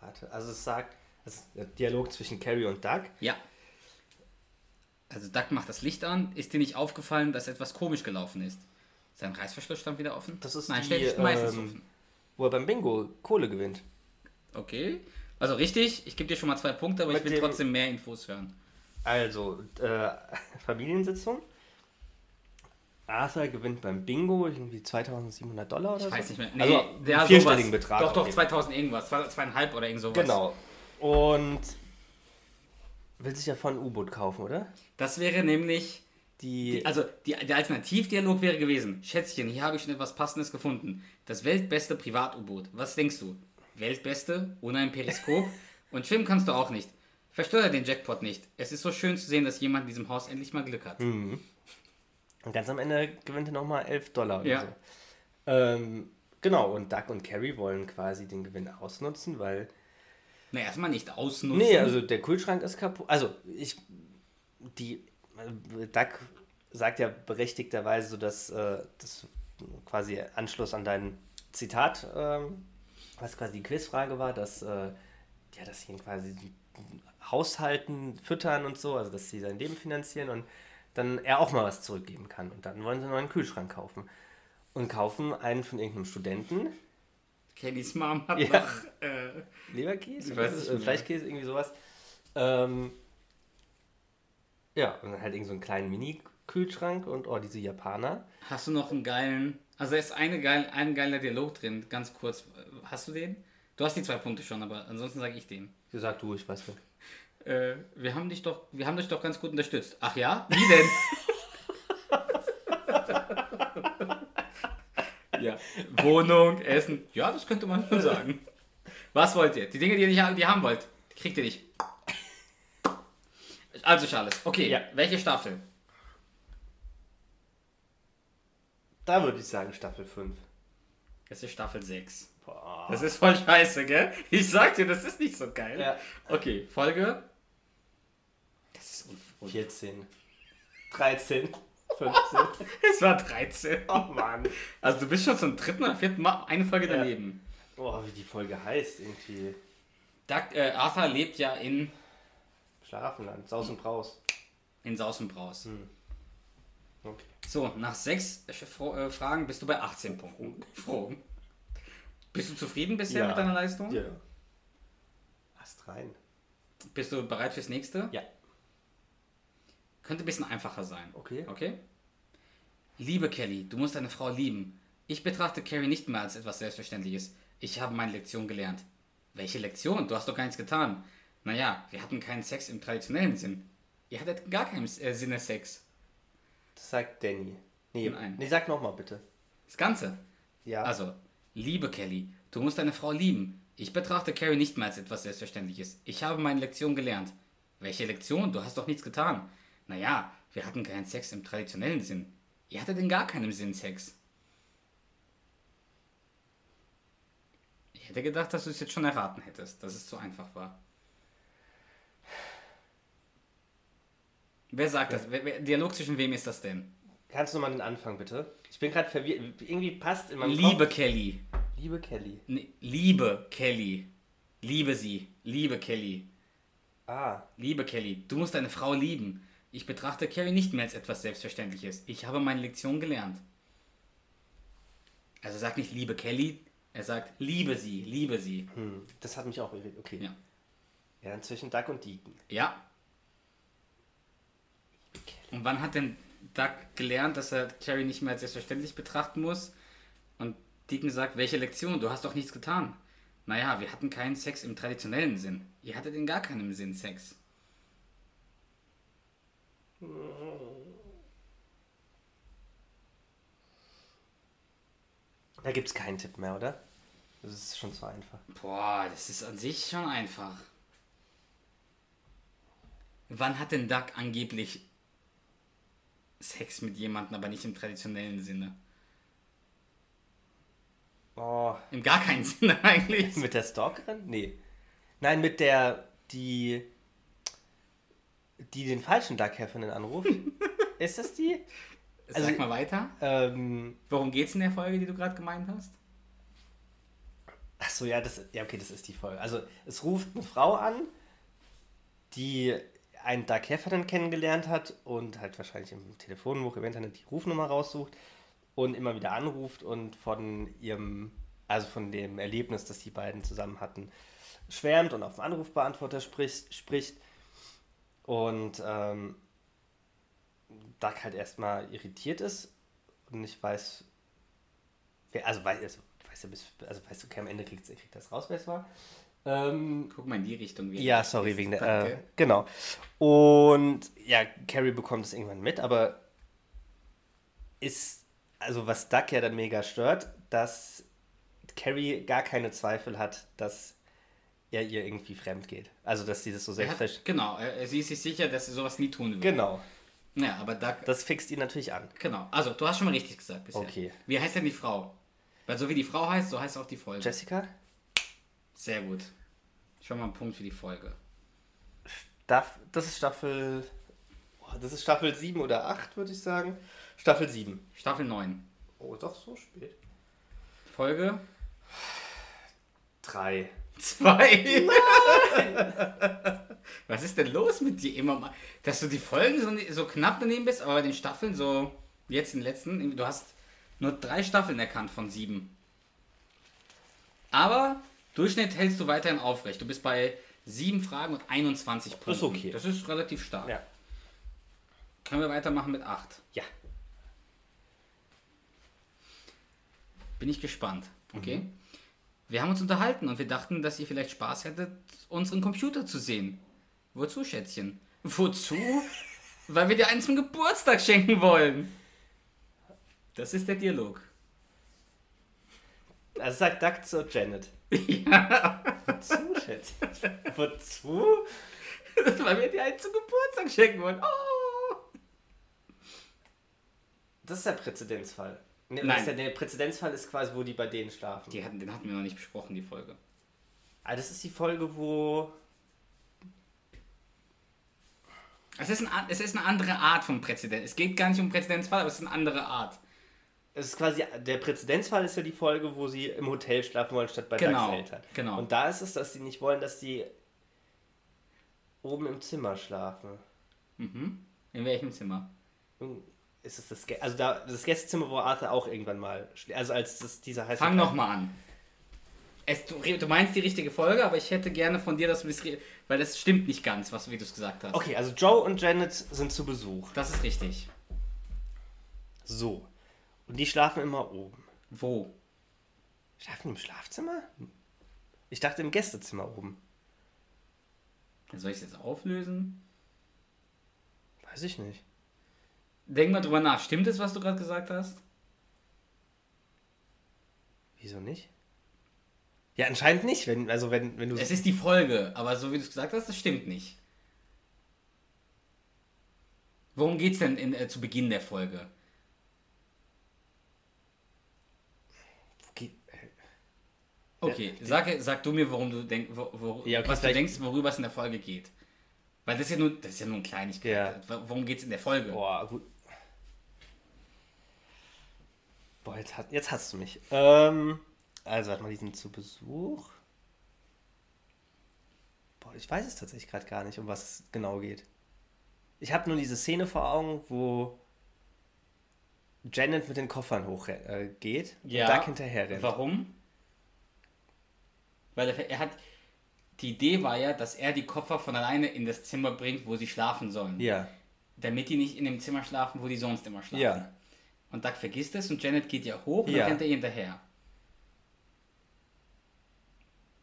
Warte, also es sagt, es ist der Dialog zwischen Carrie und Doug.
Ja. Also Duck macht das Licht an. Ist dir nicht aufgefallen, dass etwas komisch gelaufen ist? Sein Reißverschluss stand wieder offen?
Das ist
Nein,
die,
steht meistens
ähm,
offen.
wo er beim Bingo Kohle gewinnt.
Okay. Also richtig, ich gebe dir schon mal zwei Punkte, aber ich
Mit
will
dem-
trotzdem mehr Infos hören.
Also, äh, Familiensitzung. Arthur gewinnt beim Bingo irgendwie 2700 Dollar oder
Ich
so.
weiß nicht mehr.
also,
ja,
einen vierstelligen
sowas.
Betrag.
Doch,
auf
doch,
jeden
2000 irgendwas. zwei- Zweieinhalb oder irgend sowas.
Fall. Genau. Und will sich davon ein U-Boot kaufen, oder?
Das wäre nämlich,
Die,
also die, der Alternativdialog wäre gewesen, Schätzchen, hier habe ich schon etwas Passendes gefunden. Das weltbeste Privat-U-Boot. Was denkst du? Weltbeste, ohne ein Periskop? Und schwimmen kannst du auch nicht. Versteuer den Jackpot nicht. Es ist so schön zu sehen, dass jemand in diesem Haus endlich mal Glück hat.
Hm. und ganz am Ende gewinnt er nochmal 11 Dollar oder
Ja.
so. Ähm, genau, und Doug und Carrie wollen quasi den Gewinn ausnutzen, weil
Na, erstmal nicht ausnutzen.
Nee, also der Kühlschrank ist kaputt. Also ich, die, Duck sagt ja berechtigterweise so, dass äh, das quasi Anschluss an dein Zitat, ähm, was quasi die Quizfrage war, dass, äh, ja, dass sie ihn quasi haushalten, füttern und so, also dass sie sein Leben finanzieren und dann er auch mal was zurückgeben kann. Und dann wollen sie einen neuen Kühlschrank kaufen. Und kaufen einen von irgendeinem Studenten,
Kellys Mom hat
Ja.
noch... Äh,
Leberkäse,
Ich
ich
weiß
weiß
es
nicht,
nicht
äh,
mehr.
Fleischkäse, irgendwie sowas. Ähm, ja, und dann halt irgend so einen kleinen Mini-Kühlschrank und oh, diese Japaner.
hast du noch einen geilen... Also da ist eine geil, ein geiler Dialog drin, ganz kurz. äh, Hast du den? Du hast die zwei Punkte schon, aber ansonsten sage ich den.
Ich sag du, ich weiß nicht.
Äh, wir haben dich doch, wir haben dich doch ganz gut unterstützt. Ach ja? Wie denn? ja. Wohnung, Essen. Ja, das könnte man schon sagen. Was wollt ihr? Die Dinge, die ihr nicht haben, die ihr haben wollt, die kriegt ihr nicht. Also Charles, okay,
Ja.
welche Staffel?
Da würde ich sagen Staffel 5.
Das ist Staffel 6.
Boah.
Das ist voll scheiße, gell? Ich sag dir, das ist nicht so geil.
Oh. Ja.
Okay, Folge. Das ist unfassbar.
14. 13. 15.
Es war 13.
oh Mann.
Also du bist schon zum dritten oder vierten Mal eine Folge
Ja.
daneben.
Boah, wie die Folge heißt irgendwie.
Doug, äh, Arthur lebt ja in,
Schlaraffenland. Saus und Braus.
in Saus und Braus.
Hm. Okay.
So, nach sechs äh, Fro- äh, Fragen bist du bei 18 Punkten. Frogen. Bist du zufrieden bisher
Ja.
mit deiner Leistung?
Ja. Ast rein.
Bist du bereit fürs nächste?
Ja.
Könnte ein bisschen einfacher sein.
Okay.
Okay. Liebe Kelly, du musst deine Frau lieben. Ich betrachte Carrie nicht mehr als etwas Selbstverständliches. Ich habe meine Lektion gelernt. Welche Lektion? Du hast doch gar nichts getan. Naja, wir hatten keinen Sex im traditionellen Sinn. Ihr hattet gar keinen äh, Sinne Sex.
Das sagt Danny. Nee,
Nein.
nee sag nochmal bitte.
Das Ganze.
Ja.
Also, liebe Kelly, du musst deine Frau lieben. Ich betrachte Carrie nicht mehr als etwas Selbstverständliches. Ich habe meine Lektion gelernt. Welche Lektion? Du hast doch nichts getan. Naja, wir hatten keinen Sex im traditionellen Sinn. Ihr hattet in gar keinem Sinn Sex. Ich hätte gedacht, dass du es jetzt schon erraten hättest, dass es zu einfach war. Wer sagt das? Wer, wer, Dialog zwischen wem ist das denn?
Kannst du nochmal den Anfang bitte? Ich bin gerade verwirrt. Irgendwie passt in meinem
Liebe
Kopf.
Kelly.
Liebe Kelly.
Nee, liebe Kelly. Liebe sie. Liebe Kelly.
Ah.
Liebe Kelly, du musst deine Frau lieben. Ich betrachte Carrie nicht mehr als etwas Selbstverständliches. Ich habe meine Lektion gelernt. Also sagt nicht liebe Kelly, er sagt liebe sie, liebe sie.
Hm. Das hat mich auch irritiert. Okay.
Ja.
Ja, dann zwischen Duck und Deacon.
Ja. Und wann hat denn Doug gelernt, dass er Carrie nicht mehr als selbstverständlich betrachten muss? Und Deacon sagt, welche Lektion? Du hast doch nichts getan. Naja, wir hatten keinen Sex im traditionellen Sinn. Ihr hattet in gar keinem Sinn Sex.
Da gibt's keinen Tipp mehr, oder? Das ist schon zu einfach.
Boah, das ist an sich schon einfach. Wann hat denn Doug angeblich Sex mit jemandem, aber nicht im traditionellen Sinne?
Oh.
Im gar keinen Sinne eigentlich.
Mit der Stalkerin? Nee. Nein, mit der, die. die den falschen Duck-Hefferin anruft. ist das die?
Sag mal weiter.
Ähm.
Worum geht's in der Folge, die du gerade gemeint hast?
Achso, ja, das, ja, okay, das ist die Folge. Also, es ruft eine Frau an, die einen Dark Heffernan kennengelernt hat und halt wahrscheinlich im Telefonbuch, im Internet die Rufnummer raussucht und immer wieder anruft und von ihrem, also von dem Erlebnis, das die beiden zusammen hatten, schwärmt und auf den Anrufbeantworter spricht. spricht. Und ähm, Doug halt erstmal irritiert ist und nicht weiß, wer, also weiß, also, weiß, er bis, also weiß, okay, am Ende kriegt, kriegt das raus, wer es war. Ähm,
Guck mal in die Richtung. wie-
ja, sorry, wegen der. Äh,
Danke.
genau. Und ja, Carrie bekommt es irgendwann mit, aber ist, also was Duck ja dann mega stört, dass Carrie gar keine Zweifel hat, dass er ihr irgendwie fremd geht. Also, dass sie das so
Er hat,
selbstverständlich.
genau, äh, sie ist sich sicher, dass sie sowas nie tun würde.
Genau,
Ja, aber Doug.
das fixt ihn natürlich an.
genau. Also, du hast schon mal richtig gesagt bisher.
Okay.
Wie heißt denn die Frau? Weil so wie die Frau heißt, so heißt auch die Folge.
Jessica?
Sehr gut. Schon mal einen Punkt für die Folge.
Staff, das ist Staffel. boah, Das ist Staffel 7 oder 8, würde ich sagen. Staffel 7.
Staffel 9.
Oh, doch so spät.
Folge
3.
2. Was ist denn los mit dir immer mal? Dass du die Folgen so, so knapp daneben bist, aber bei den Staffeln so, jetzt den letzten, du hast nur drei Staffeln erkannt von sieben. Aber Durchschnitt hältst du weiterhin aufrecht. Du bist bei sieben Fragen und 21 Punkten.
ist okay.
Das ist relativ stark.
Ja.
Können wir weitermachen mit acht?
Ja.
Bin ich gespannt. Okay. Wir haben uns unterhalten und wir dachten, dass ihr vielleicht Spaß hättet, unseren Computer zu sehen. Wozu, Schätzchen? Wozu? Weil wir dir einen zum Geburtstag schenken wollen. Das ist der Dialog.
Also sagt Duck zu Janet. Wozu, Schätz? Wozu?
Weil wir dir einen zum Geburtstag schenken wollen. Oh!
Das ist der Präzedenzfall. Ne,
Nein.
was Der, der Präzedenzfall ist quasi, wo die bei denen schlafen.
Die hatten, den hatten wir noch nicht besprochen, die Folge.
Ah, das ist die Folge, wo.
Es ist, eine Art, es ist eine andere Art von Präzedenz. Es geht gar nicht um Präzedenzfall, aber es ist eine andere Art.
Es ist quasi, der Präzedenzfall ist ja die Folge, wo sie im Hotel schlafen wollen, statt bei
Genau,
Dax Eltern.
genau.
Und da ist es, dass sie nicht wollen, dass die oben im Zimmer schlafen.
Mhm. In welchem Zimmer?
Irgend- Ist es das, Gä- also da, das Gästezimmer, wo Arthur auch irgendwann mal schläft. Also als das, dieser heiße.
Fang nochmal an. Es, du, du meinst die richtige Folge, aber ich hätte gerne von dir, dass du das, re- weil das stimmt nicht ganz, was wie du es gesagt hast.
Okay, also Joe und Janet sind zu Besuch.
Das ist richtig.
So. Und die schlafen immer oben.
Wo?
Schlafen die im Schlafzimmer? Ich dachte im Gästezimmer oben.
Soll ich es jetzt auflösen?
Weiß ich nicht.
Denk mal drüber nach. Stimmt es, was du gerade gesagt hast?
Wieso nicht? Ja, anscheinend nicht. Wenn, also wenn, wenn du.
Es ist die Folge, aber so wie du es gesagt hast, das stimmt nicht. Worum geht's denn in, äh, zu Beginn der Folge?
Ge-
Okay, sag, sag du mir, worum du denk, wo, wo,
Ja, okay,
was du
vielleicht-
denkst, worüber es in der Folge geht. Weil das ist ja nur, das ist ja nur ein Kleinigkeit. Wo- Worum geht's in der Folge?
Boah, gut. Boah, jetzt, hat, jetzt hast du mich. Ähm, also, warte mal, die sind zu Besuch. Boah, ich weiß es tatsächlich gerade gar nicht, um was es genau geht. Ich habe nur diese Szene vor Augen, wo Janet mit den Koffern hoch äh, geht
Ja.
und Doug hinterher rennt.
Warum? Weil er, er hat. Die Idee war ja, dass er die Koffer von alleine in das Zimmer bringt, wo sie schlafen sollen.
Ja.
Damit die nicht in dem Zimmer schlafen, wo die sonst immer schlafen.
Ja.
Und Doug vergisst es und Janet geht ja hoch und
Ja.
dann rennt er ihr hinterher.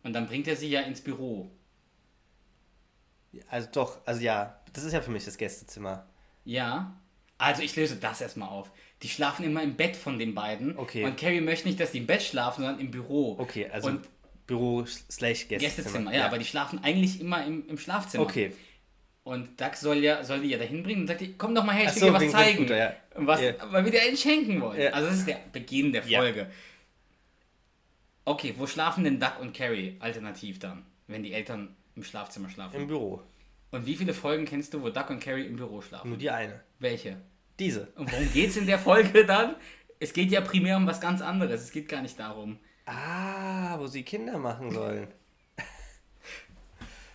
Und dann bringt er sie ja ins Büro.
Also doch, also ja, das ist ja für mich das Gästezimmer.
Ja. Also ich löse das erstmal auf. Die schlafen immer im Bett von den beiden.
Okay.
Und Carrie möchte nicht, dass die im Bett schlafen, sondern im Büro.
Okay, also
Und
Büro slash Gästezimmer.
Gästezimmer, ja, aber die schlafen eigentlich immer im, im Schlafzimmer.
Okay,
Und Doug soll ja, soll die ja dahin bringen und sagt, ihr, komm doch mal her, ich
Ach
will
so,
dir was
wegen
zeigen.
Computer, ja.
Und was,
Ja.
Weil wir dir einen schenken wollen.
Ja.
Also das ist der Beginn der
Ja.
Folge. Okay, wo schlafen denn Doug und Carrie alternativ dann, wenn die Eltern im Schlafzimmer schlafen?
im Büro.
und wie viele Folgen kennst du, wo Doug und Carrie im Büro schlafen?
Nur die eine.
Welche?
Diese.
Und worum geht's in der Folge dann? Es geht ja primär um was ganz anderes. Es geht gar nicht darum.
Ah, wo sie Kinder machen sollen.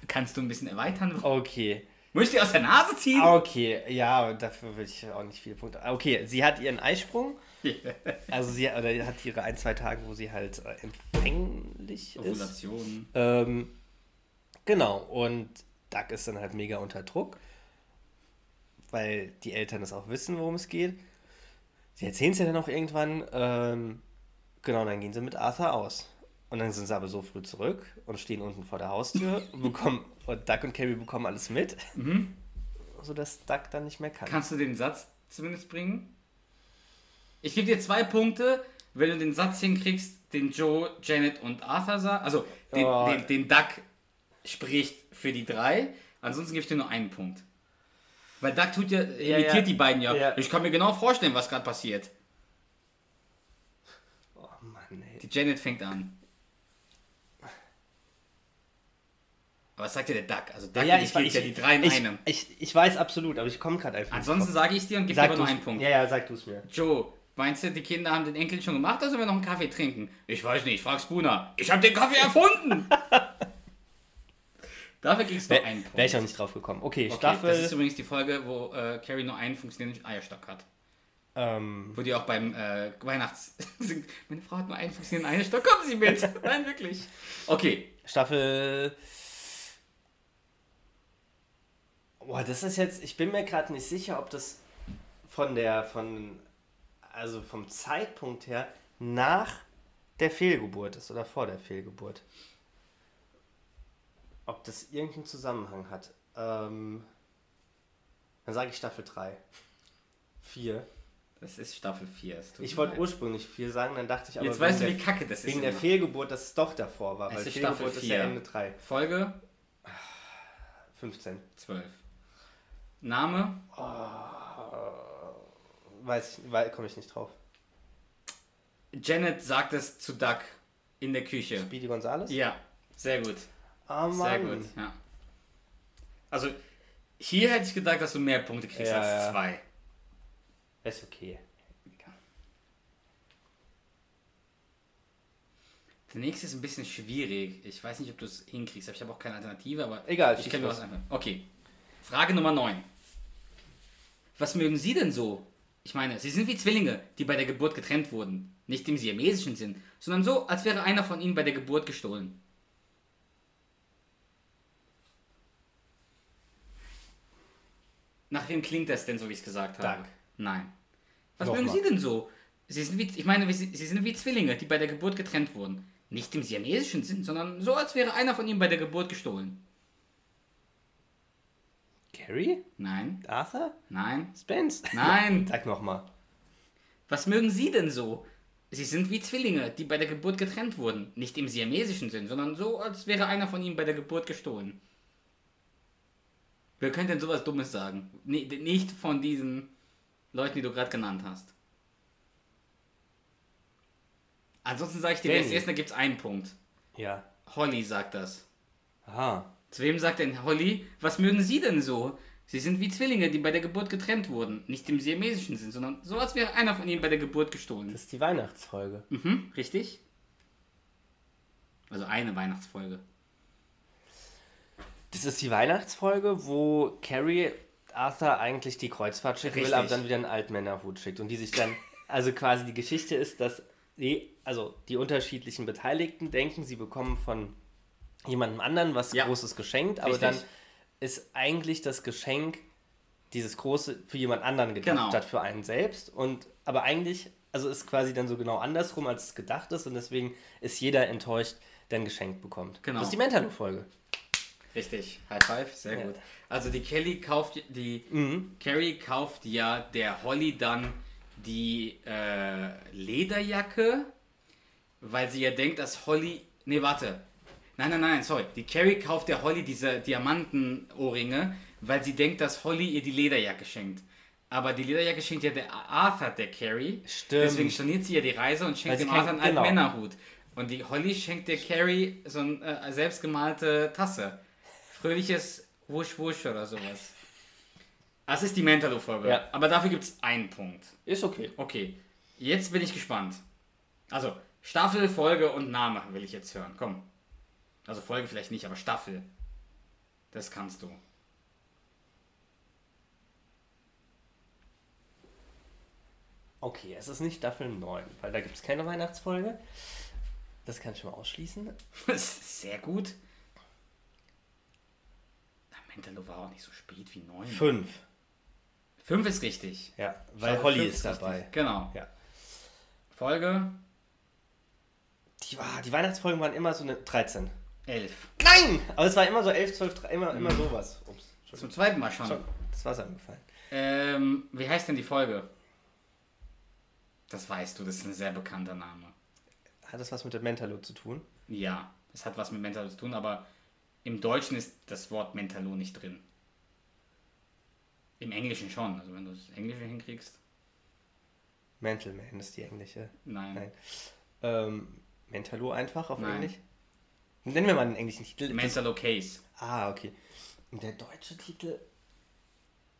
Kannst du ein bisschen erweitern?
Okay.
Muss ich dir aus der Nase ziehen?
Okay, ja, aber dafür will ich auch nicht viele Punkte. Okay, sie hat ihren Eisprung. Also sie oder hat ihre ein, zwei Tage, wo sie halt äh, empfänglich ist.
Ovulation.
Ähm, genau, und Doug ist dann halt mega unter Druck, weil die Eltern das auch wissen, worum es geht. Sie erzählen es ja dann auch irgendwann. Ähm, genau, dann gehen sie mit Arthur aus. Und dann sind sie aber so früh zurück und stehen unten vor der Haustür und bekommen, und Doug und Carrie bekommen alles mit, sodass Doug dann nicht mehr kann.
Mhm. Kannst du den Satz zumindest bringen? Ich gebe dir zwei Punkte, wenn du den Satz hinkriegst, den Joe, Janet und Arthur sagen. Also den,
Oh.
den, den Duck spricht für die drei. Ansonsten gebe ich dir nur einen Punkt. Weil Duck tut ja, imitiert
ja.
die beiden ja.
Ja.
Ich kann mir genau vorstellen, was gerade passiert.
oh Mann, ey.
Die Janet fängt an. Aber was sagt dir der Duck? Also Duck
Ja, ich,
imitiert
ich,
ja die drei in
ich,
einem.
Ich, ich, weiß absolut, aber ich komme gerade einfach nicht
Ansonsten
drauf.
sage ich dir und gebe dir
Sag
aber nur
du's-
einen Punkt.
Ja, ja, sag du es mir.
Joe, meinst du, die Kinder haben den Enkel schon gemacht oder sollen wir noch einen Kaffee trinken? Ich weiß nicht, frag Spooner. Ich habe den Kaffee erfunden! Dafür kriegst du einen Punkt.
Wäre ich auch nicht drauf gekommen. Okay,
Okay,
Staffel.
Das ist übrigens die Folge, wo äh, Carrie nur einen funktionierenden Eierstock hat.
Ähm,
Wo die auch beim äh, Weihnachts singt, meine Frau hat nur einen funktionierenden Eierstock, kommen Sie mit! Nein, wirklich. Okay,
Staffel. Boah, das ist jetzt. Ich bin mir gerade nicht sicher, ob das von der. von. also vom Zeitpunkt her nach der Fehlgeburt ist oder vor der Fehlgeburt. Ob das irgendeinen Zusammenhang hat. Ähm, dann sage ich Staffel 3. 4.
das ist Staffel 4. es tut
Ich
mir
wollte
leid.
ursprünglich 4 sagen, dann dachte ich aber.
Jetzt weißt du,
wegen
wie
der-
kacke das ist.
Wegen der
immer.
Fehlgeburt, dass es doch davor war,
Es
weil
ist
Fehlgeburt ist
Staffel
ja
vier.
Ende 3.
Folge
15.
12. Name?
Weiß ich, weil komme ich nicht drauf.
Janet sagt es zu Doug in der Küche.
Speedy Gonzales?
Ja, sehr gut.
Ah,
Sehr
Mann.
gut, ja. Also, hier hätte ich gedacht, dass du mehr Punkte kriegst
Ja,
als
ja.
zwei.
Ist okay.
Der nächste ist ein bisschen schwierig. Ich weiß nicht, ob du es hinkriegst. Ich habe auch keine Alternative, aber.
Egal,
ich
schieß
kann mir
los.
was einfach. Okay. Frage Nummer 9. Was mögen Sie denn so? Ich meine, Sie sind wie Zwillinge, die bei der Geburt getrennt wurden. Nicht im siamesischen Sinn, sondern so, als wäre einer von ihnen bei der Geburt gestohlen. Nach wem klingt das denn, so wie ich es gesagt habe?
Dank.
Nein. Was
Nochmal.
mögen Sie denn so? Sie sind wie, ich meine, wir sind- Sie sind wie Zwillinge, die bei der Geburt getrennt wurden. Nicht im siamesischen Sinn, sondern so, als wäre einer von ihnen bei der Geburt gestohlen.
Carrie?
Nein,
Arthur?
nein,
Spence?
nein.
Sag nochmal.
Was mögen Sie denn so? Sie sind wie Zwillinge, die bei der Geburt getrennt wurden. Nicht im siamesischen Sinn, sondern so, als wäre einer von ihnen bei der Geburt gestohlen. Wer könnte denn sowas Dummes sagen? Nee, nicht von diesen Leuten, die du gerade genannt hast. Ansonsten sage ich dir, wer es
Danny.
ist, da gibt es einen Punkt.
Ja.
Holly sagt das.
Aha.
Zu wem sagt denn Holly, was mögen Sie denn so? Sie sind wie Zwillinge, die bei der Geburt getrennt wurden. Nicht im siamesischen Sinn, sondern so, als wäre einer von ihnen bei der Geburt gestohlen.
Das ist die Weihnachtsfolge.
Mhm, richtig. Also eine Weihnachtsfolge.
Das ist die Weihnachtsfolge, wo Carrie Arthur eigentlich die Kreuzfahrt schicken will,
Richtig.
aber dann wieder einen Altmännerhut schickt. Und die sich dann, also quasi die Geschichte ist, dass die, also die unterschiedlichen Beteiligten denken, sie bekommen von jemandem anderen was
Ja.
Großes geschenkt, aber
Richtig.
dann ist eigentlich das Geschenk dieses Große für jemand anderen gedacht,
Genau.
statt für einen selbst. Und aber eigentlich, also ist quasi dann so genau andersrum, als es gedacht ist, und deswegen ist jeder enttäuscht, der ein Geschenk bekommt.
Genau.
Das ist die Mentalo-Folge.
Richtig. High five, sehr
Ja.
gut. Also die Kelly kauft die
Mhm.
Carrie kauft ja der Holly dann die äh, Lederjacke, weil sie ja denkt, dass Holly. Nee, warte. Nein, nein, nein, sorry. Die Carrie kauft der Holly diese Diamantenohrringe, weil sie denkt, dass Holly ihr die Lederjacke schenkt. Aber die Lederjacke schenkt ja der Arthur der Carrie.
Stimmt.
Deswegen storniert sie ja die Reise und
Weil
schenkt
sie
dem
kein-
Arthur einen alten
genau.
Männerhut. Und die Holly schenkt der Carrie so eine äh, selbstgemalte Tasse. Fröhliches Wusch Wusch oder sowas. Das ist die Mentalo-Folge.
Ja.
Aber dafür gibt es einen Punkt.
Ist okay.
Okay, jetzt bin ich gespannt. Also, Staffel, Folge und Name will ich jetzt hören. Komm. Also Folge vielleicht nicht, aber Staffel. Das kannst du.
Okay, es ist nicht Staffel 9, weil da gibt es keine Weihnachtsfolge. Das kann ich schon mal ausschließen.
Das ist sehr gut. Na, Mentalo war auch nicht so spät wie neun.
5.
Fünf ist richtig.
Ja, weil
Staffel
Holly
fünf
ist
richtig.
dabei.
Genau.
Ja.
Folge
Die, ah, die Weihnachtsfolgen waren immer so eine 13.
11.
Nein! Aber es war immer so 11, 12, 13, immer,
Mhm.
immer sowas. Ups,
Zum
Entschuldigung.
zweiten Mal schon.
Schon, das Wasser angefallen.
Ähm, wie heißt denn die Folge? Das weißt du, das ist ein sehr bekannter Name.
Hat das was mit dem Mentalo zu tun?
Ja, es hat was mit Mentalo zu tun, aber im Deutschen ist das Wort Mentalo nicht drin. Im Englischen schon, also wenn du das Englische hinkriegst.
Mental Man ist die englische.
Nein.
Nein. Ähm, Mentalo einfach auf
Mhm. Nein.
Englisch? Nennen wir mal den englischen Titel.
Mentalo Case.
ah, okay. Und der deutsche Titel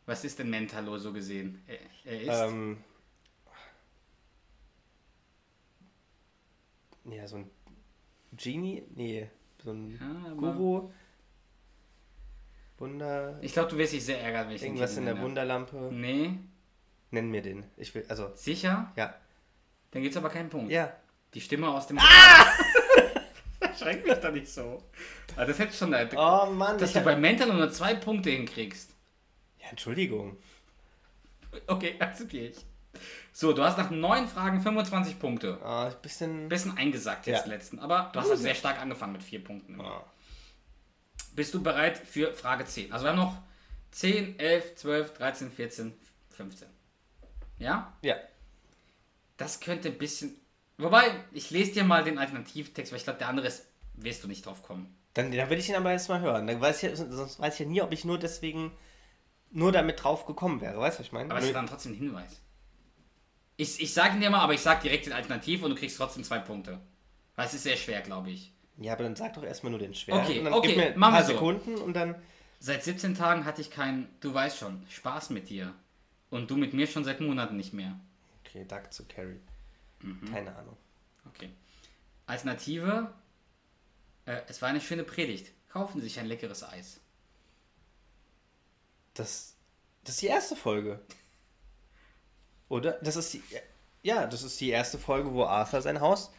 Was ist denn Mentalo so gesehen? Er, er ist.
Ähm, ja, so ein Genie, nee, so ein
Ja, aber-
Guru, Wunder,
ich glaube, du wirst dich sehr ärgern, wenn ich den
irgendwas
Titel
in der
nenne.
Wunderlampe.
Nee,
Nenn mir den. Ich will, also,
sicher?
ja,
Dann gibt's aber keinen Punkt.
ja.
Die Stimme aus dem. Ah! Schreckt mich da nicht so. Aber das hätte schon.
Oh Mann,
dass
ich
du
hab-
bei Mentalo nur zwei Punkte hinkriegst.
ja, Entschuldigung.
Okay, akzeptiere ich. So, du hast nach neun Fragen 25 Punkte.
Ah, ein bisschen.
Bisschen eingesackt jetzt
Ja.
letzten, aber du hast auch sehr stark angefangen mit vier Punkten.
Ah.
Bist du bereit für Frage 10? Also wir haben noch 10, 11, 12, 13, 14, 15. Ja?
Ja,
Das könnte ein bisschen... Wobei, ich lese dir mal den Alternativtext, weil ich glaube, der andere ist, wirst du nicht drauf kommen.
dann, dann will ich ihn aber erst mal hören. Dann weiß ich, ja- sonst weiß ich ja nie, ob ich nur deswegen, nur damit drauf gekommen wäre. Weißt du, was ich meine?
Aber es
Nö.
ist dann trotzdem ein Hinweis. Ich, ich sage dir mal, aber ich sag direkt den Alternativ und du kriegst trotzdem zwei Punkte. Weil es ist sehr schwer, glaube ich.
Ja, aber dann sag doch erstmal nur den Schwert.
Okay,
und dann
okay,
gib mir ein
machen wir
paar
so.
Sekunden und dann.
Seit 17 Tagen hatte ich keinen, du weißt schon, Spaß mit dir. Und du mit mir schon seit Monaten nicht mehr.
Okay, Duck zu Carry.
Mhm.
Keine Ahnung.
Okay. Alternative, äh, es war eine schöne Predigt. Kaufen Sie sich ein leckeres Eis.
Das, das ist die erste Folge. Oder? Das ist die. Ja, das ist die erste Folge, wo Arthur sein Haus.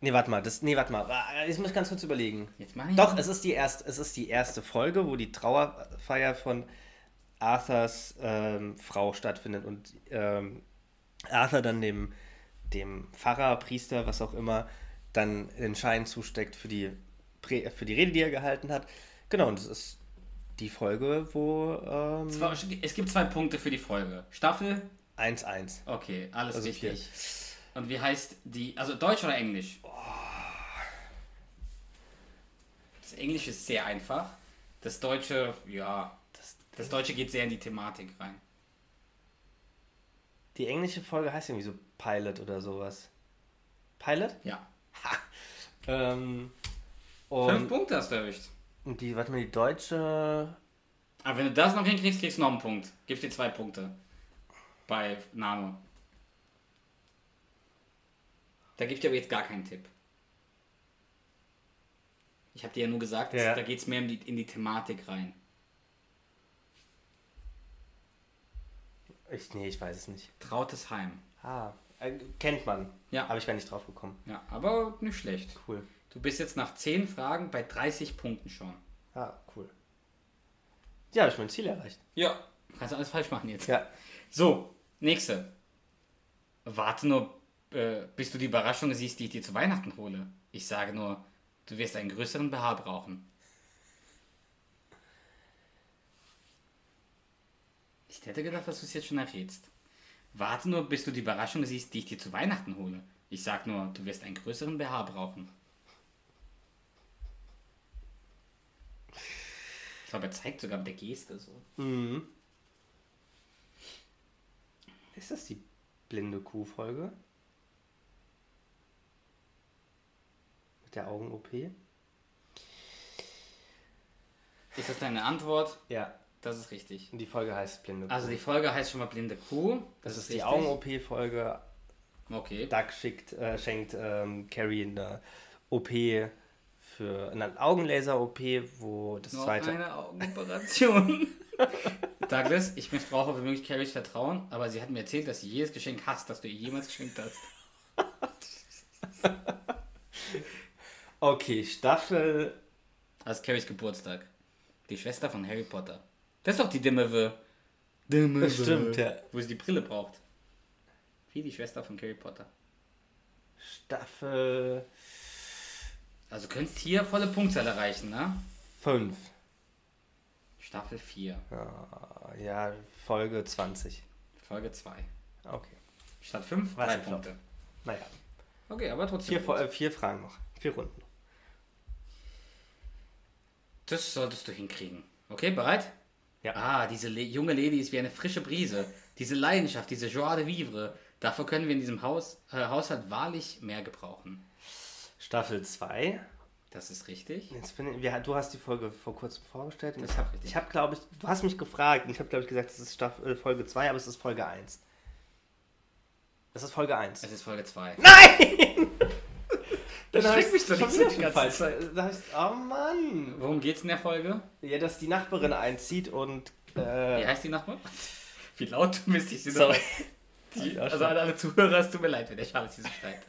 Nee, warte mal, das. Nee, warte mal. Ah, Ich muss ganz kurz überlegen.
Jetzt mach ich
Doch, es ist die erste, es ist die erste Folge, wo die Trauerfeier von Arthurs ähm, Frau stattfindet und ähm, Arthur dann dem, dem Pfarrer, Priester, was auch immer, dann den Schein zusteckt für die, Prä- für die Rede, die er gehalten hat. Genau, und das ist die Folge, wo ähm,
Zwar- Es gibt zwei Punkte für die Folge. Staffel,
1-1.
okay, alles
Also
richtig. Und wie heißt die, also Deutsch oder Englisch?
Oh.
Das Englische ist sehr einfach. Das Deutsche, ja, das, das Deutsche geht sehr in die Thematik rein.
Die englische Folge heißt irgendwie so Pilot oder sowas. Pilot?
Ja.
Ähm,
Fünf
und,
Punkte hast du erwischt.
und die, warte mal, die deutsche
Aber wenn du das noch hinkriegst, kriegst du noch einen Punkt. Gib dir zwei Punkte. Bei Name. Da gebe ich dir aber jetzt gar keinen Tipp. Ich habe dir ja nur gesagt,
Ja.
da geht es mehr in die, in die Thematik rein.
Ich, nee, ich weiß es nicht.
Trautes Heim.
Ah, äh, kennt man.
Ja.
Aber ich wäre nicht drauf gekommen.
Ja, aber nicht schlecht.
Cool.
Du bist jetzt nach 10 Fragen bei 30 Punkten schon.
Ah, cool. Ja, habe ich mein Ziel erreicht.
Ja. Kannst du alles falsch machen jetzt.
Ja.
So, nächste. Warte nur, äh, bis du die Überraschung siehst, die ich dir zu Weihnachten hole. Ich sage nur, du wirst einen größeren BH brauchen. Ich hätte gedacht, dass du es jetzt schon errätst. Warte nur, bis du die Überraschung siehst, die ich dir zu Weihnachten hole. Ich sag nur, du wirst einen größeren BH brauchen. Ich glaube, er zeigt sogar mit der Geste so.
Ist das die blinde Kuh-Folge? Mit der Augen-OP?
Ist das deine Antwort?
Ja.
Das ist richtig.
Und die Folge heißt blinde Kuh.
Also die Folge heißt schon mal blinde Kuh.
das, ist die
richtig.
Augen-OP-Folge.
Okay.
Doug schickt, äh, schenkt ähm, Carrie eine OP für einen Augenlaser-OP, wo das
Noch
zweite.
eine Augenoperation. Douglas, ich missbrauche womöglich Carries Vertrauen, aber sie hat mir erzählt, dass sie jedes Geschenk hasst, das du ihr jemals geschenkt hast.
Okay, Staffel
Also Carries Geburtstag. Die Schwester von Harry Potter. Das ist doch die Dimmewe. Dimmewe.
Das stimmt, ja.
Wo sie die Brille braucht. Wie die Schwester von Harry Potter.
Staffel
Also du könntest hier volle Punktzahl erreichen, ne?
5.
Staffel 4,
Ja, Folge 20.
Folge 2.
Okay.
Statt 5,
Was
3
ich glaub.
Punkte.
Naja,
Okay, aber trotzdem.
vier,
gut.
Fo- äh, vier Fragen noch. Vier Runden.
Das solltest du hinkriegen. Okay, bereit?
Ja.
Ah, diese Le junge Lady ist wie eine frische Brise. Diese Leidenschaft, diese Joie de vivre. Dafür können wir in diesem Haus, äh, Haushalt wahrlich mehr gebrauchen.
Staffel 2.
Das ist richtig.
Jetzt bin ich, wir, du hast die Folge vor kurzem vorgestellt. Und
Das
ich
ist
habe,
richtig.
ich hab, glaube ich, du hast mich gefragt und ich habe, glaube ich, gesagt, es ist Staffel, äh, Folge 2, aber es ist Folge 1. Es ist Folge 1.
Es ist Folge 2.
Das
schreckt mich doch nicht so die ganze
Zeit. Da heißt, oh Mann.
Worum geht's in der Folge?
Ja, dass die Nachbarin einzieht und. Äh,
Wie heißt die nochmal? Wie laut du bist, ich sehe
Sorry.
Die, also an alle Zuhörer, es tut mir leid, wenn der Charles hier so schreibt.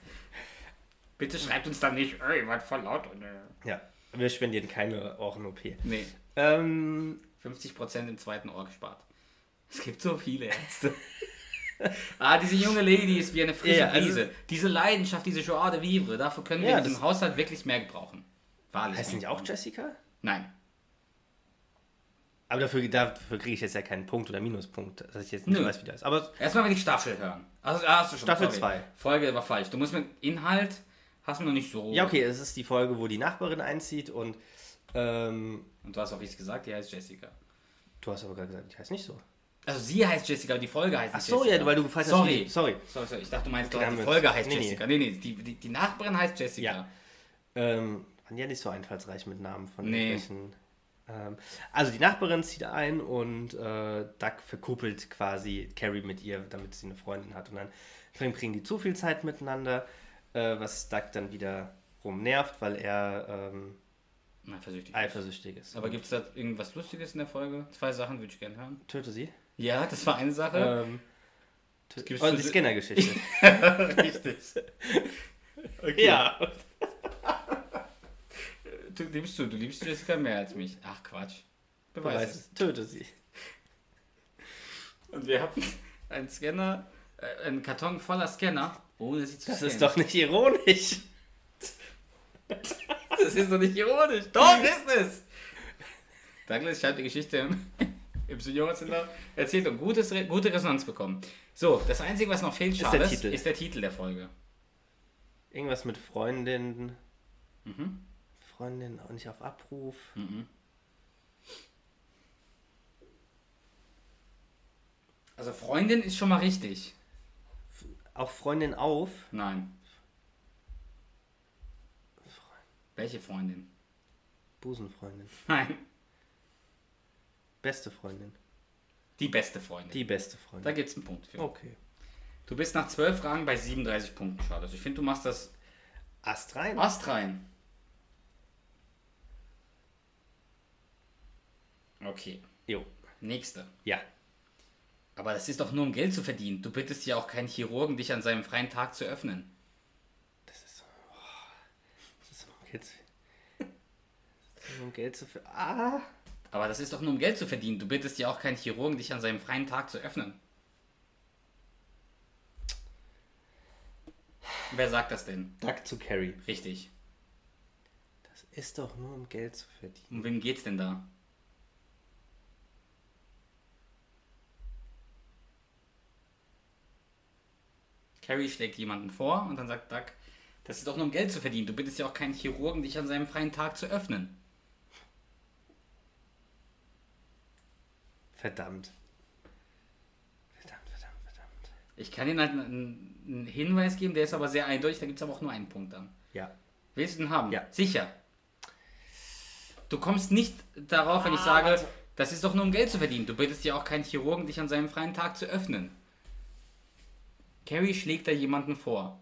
Bitte schreibt uns dann nicht, ey, ihr wart voll laut. Und, äh.
Ja, wir spendieren keine Ohren-OP.
Nee,
Ähm,
50% im zweiten Ohr gespart. Es gibt so viele Ärzte. ah, diese junge Lady ist wie eine frische
Ja, also-
Wiese. Diese Leidenschaft, diese Joie de vivre, dafür können wir
Ja,
in diesem
das-
Haushalt wirklich mehr gebrauchen. Wahrlich.
heißt die
mehr
nicht auch
gebrauchen.
Jessica?
Nein.
Aber dafür, dafür kriege ich jetzt ja keinen Punkt oder Minuspunkt, dass ich jetzt nicht
Nö.
weiß, wie das ist. Aber
Erstmal will ich Staffel hören. Also, ah, hast du schon.
Staffel
sorry.
zwei.
Folge war falsch. Du musst mit Inhalt, hast du noch nicht so.
ja, okay, es ist die Folge, wo die Nachbarin einzieht und ähm,
Und du hast auch richtig gesagt, die heißt Jessica.
du hast aber gerade gesagt, ich heiße nicht so.
Also sie heißt Jessica, die Folge heißt
Ach
nicht
so,
Jessica.
ja, weil du gefragt hast,
sorry.
wie- sorry.
sorry. Sorry, ich dachte, du meinst,
Okay,
doch, die
damit-
Folge heißt
nee, nee.
Jessica. Nee, nee, die, die, die Nachbarin heißt Jessica.
Ja. Ähm, waren ja nicht so einfallsreich mit Namen von
Nee.
irgendwelchen. Ähm, also die Nachbarin zieht ein und äh, Duck verkuppelt quasi Carrie mit ihr, damit sie eine Freundin hat. Und dann verbringen die zu viel Zeit miteinander, äh, was Duck dann wieder rumnervt, weil er ähm,
Na, versüchtig.
eifersüchtig ist.
Aber gibt es da irgendwas Lustiges in der Folge? Zwei Sachen würde ich gerne hören.
Töte sie.
Ja, das war eine Sache.
Ähm, tö-
gibt's
oh,
zu-
die Skinner-Geschichte.
Richtig. Okay.
ja.
Äh, Du liebst du, du liebst Jessica mehr als mich. Ach Quatsch. Beweis
Weiß
es.
es. Töte sie.
Und wir hatten einen Scanner, äh, einen Karton voller Scanner, ohne sie zu
Das
scannen.
ist doch nicht ironisch.
das ist doch nicht ironisch. Doch, ist es. Douglas, ich habe die Geschichte im, im Seniorencenter erzählt und gutes, Re- gute Resonanz bekommen. So, das Einzige, was noch fehlt,
der
Charles,
Titel.
ist der Titel der Folge.
Irgendwas mit Freundin.
Mhm.
Freundin auch nicht auf Abruf.
Also Freundin ist schon mal richtig.
Auch Freundin auf.
Nein. Welche Freundin?
Busenfreundin.
Nein,
Beste Freundin.
die beste Freundin.
Die Oh. beste
Da
Freundin.
gibt es einen Punkt für.
Okay.
Du bist nach 12 Fragen bei 37 Punkten, Charles. Ich finde, du machst das
Ast rein.
Ast rein. Okay,
Jo.
nächste.
Ja.
Aber das ist doch nur um Geld zu verdienen. Du bittest ja auch keinen Chirurgen, dich an seinem freien Tag zu öffnen.
Das ist so. Oh, das ist so um Geld zu. Das ist so um Geld zu. ver- Ah!
Aber das ist doch nur um Geld zu verdienen. Du bittest ja auch keinen Chirurgen, dich an seinem freien Tag zu öffnen. Wer sagt das denn?
Duck zu Carrie.
Richtig.
Das ist doch nur um Geld zu verdienen.
Um wen geht's denn da? Carrie schlägt jemanden vor und dann sagt Duck, das ist doch nur um Geld zu verdienen. Du bittest ja auch keinen Chirurgen, dich an seinem freien Tag zu öffnen.
Verdammt. Verdammt, verdammt, verdammt.
Ich kann Ihnen halt einen, einen Hinweis geben, der ist aber sehr eindeutig, da gibt es aber auch nur einen Punkt dann.
Ja.
Willst du den haben?
Ja.
Sicher. Du kommst nicht darauf, wenn ich sage, das ist doch nur um Geld zu verdienen. Du bittest ja auch keinen Chirurgen, dich an seinem freien Tag zu öffnen. Carrie schlägt da jemanden vor.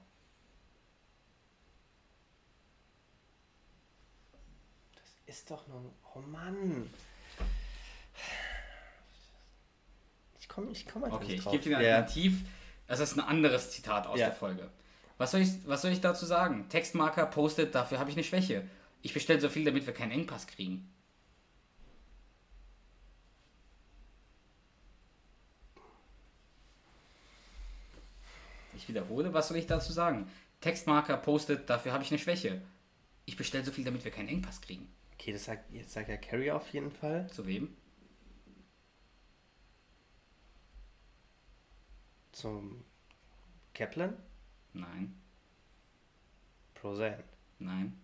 Ist doch nur. Oh Mann. Ich komme ich komm einfach
Okay,
nicht
ich
drauf.
gebe dir ein
ja.
Alternativ. Das ist ein anderes Zitat aus
Ja.
der Folge. Was soll, ich, was soll ich dazu sagen? Textmarker postet, dafür habe ich eine Schwäche. Ich bestelle so viel, damit wir keinen Engpass kriegen. Ich wiederhole, was soll ich dazu sagen? Textmarker postet, dafür habe ich eine Schwäche. Ich bestelle so viel, damit wir keinen Engpass kriegen.
Okay, das sagt, jetzt sagt ja Carrie auf jeden Fall.
Zu wem?
Zum Kaplan?
Nein,
Prozan.
nein.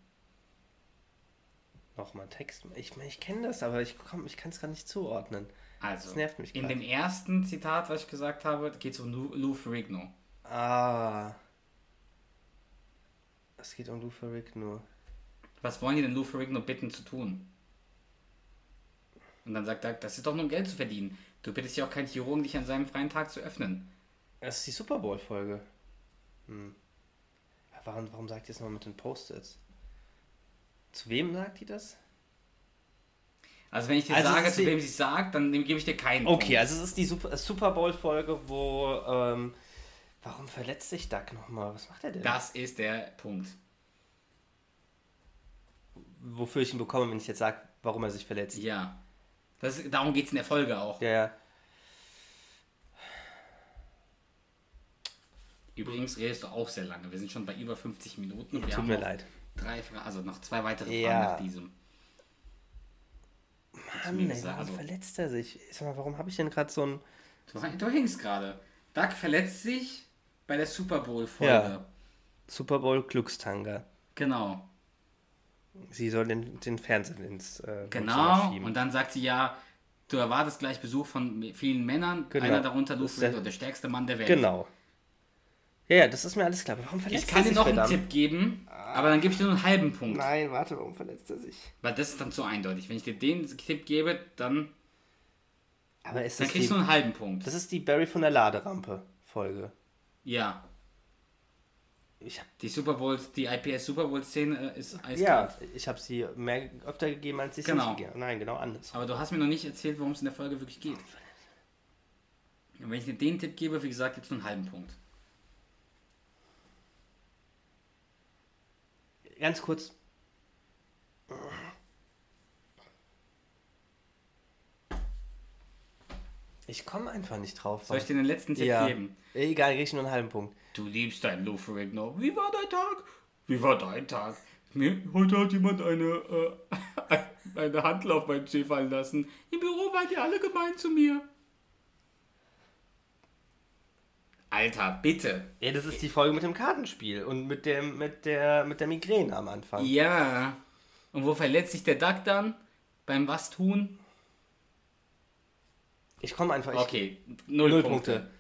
Nochmal Text. Ich, ich kenne das, aber ich, komm, ich kann es gar nicht zuordnen.
Also,
Das nervt mich
in
grad.
dem ersten Zitat, was ich gesagt habe, geht es um Lou, Lou Ferrigno.
Ah. Es geht um Luferik nur.
Was wollen die denn Lou Ferrigno bitten zu tun? Und dann sagt er, das ist doch nur um Geld zu verdienen. Du bittest ja auch keinen Chirurgen, dich an seinem freien Tag zu öffnen.
Das ist die Super Bowl-Folge. Hm. Ja, Warum, warum sagt ihr es noch mit den Post-its? Zu wem sagt die das?
Also wenn ich dir
Also, es
sage,
ist
zu
die-
wem sie sagt, dann nehm- gebe ich dir keinen
Okay,
Punkt.
also es ist die Super, Super Bowl-Folge, wo. Ähm, warum verletzt sich Duck nochmal? Was macht er denn?
Das ist der Punkt.
Wofür ich ihn bekomme, wenn ich jetzt sage, warum er sich verletzt.
Ja. Das ist, darum geht es in der Folge auch.
Ja, ja.
Übrigens redest du auch sehr lange. Wir sind schon bei über 50 Minuten. Wir
Tut
haben
mir
noch
leid.
Drei Fragen, also noch zwei weitere Fragen
Ja.
nach diesem. Hättest du mir
Ah, Mann, ey,
gesagt,
warum
also-
verletzt er sich? Sag mal, warum habe ich denn gerade so ein.
Du, du hängst gerade. Doug verletzt sich bei der Super Bowl-Folge.
Ja. Super Bowl Glückstanger.
Genau.
Sie soll den, den Fernseher ins äh, Wohnzimmer
Genau.
schieben.
Und dann sagt sie ja, Du erwartest gleich Besuch von vielen Männern,
Genau.
einer darunter Lou
Das ist der-
Flint, der stärkste Mann der Welt.
Genau. Ja, ja, das ist mir alles klar. Warum verletzt
Ich kann
er
dir
sich,
noch einen
verdammt? Ah.
Tipp geben, aber dann gebe ich dir nur einen halben Punkt.
Nein, warte, warum verletzt er sich?
Weil das ist dann zu eindeutig. Wenn ich dir den Tipp gebe, dann,
Aber ist
dann
das,
kriegst
die,
du nur einen halben Punkt.
das ist die Barry von der Laderampe-Folge.
Ja.
Ich hab,
Die Super Bowl, die IPS Super Bowl Szene äh, ist eiskalt.
ja, ich habe sie mehr öfter gegeben, als ich
Genau.
nicht gegeben habe. Nein, genau anders.
Aber du hast mir noch nicht erzählt, worum es in der Folge wirklich geht. Und wenn ich dir den Tipp gebe, wie gesagt, gibt's nur einen halben Punkt.
Ganz kurz. Ich komme einfach nicht drauf.
Soll ich dir den letzten Tipp
ja.
geben?
Egal, krieg ich nur einen halben Punkt.
Du liebst deinen Lou Ferrigno. Wie war dein Tag? Wie war dein Tag? Nee, heute hat jemand eine, äh, eine Handel auf meinen Tee fallen lassen. Im Büro waren die alle gemein zu mir. Alter, bitte.
Ja, das ist die Folge mit dem Kartenspiel und mit dem mit der mit der Migräne am Anfang.
Ja. Und wo verletzt sich der Duck dann? Beim was tun?
Ich komme einfach. Ich,
Okay, null,
Null
Punkte.
Punkte.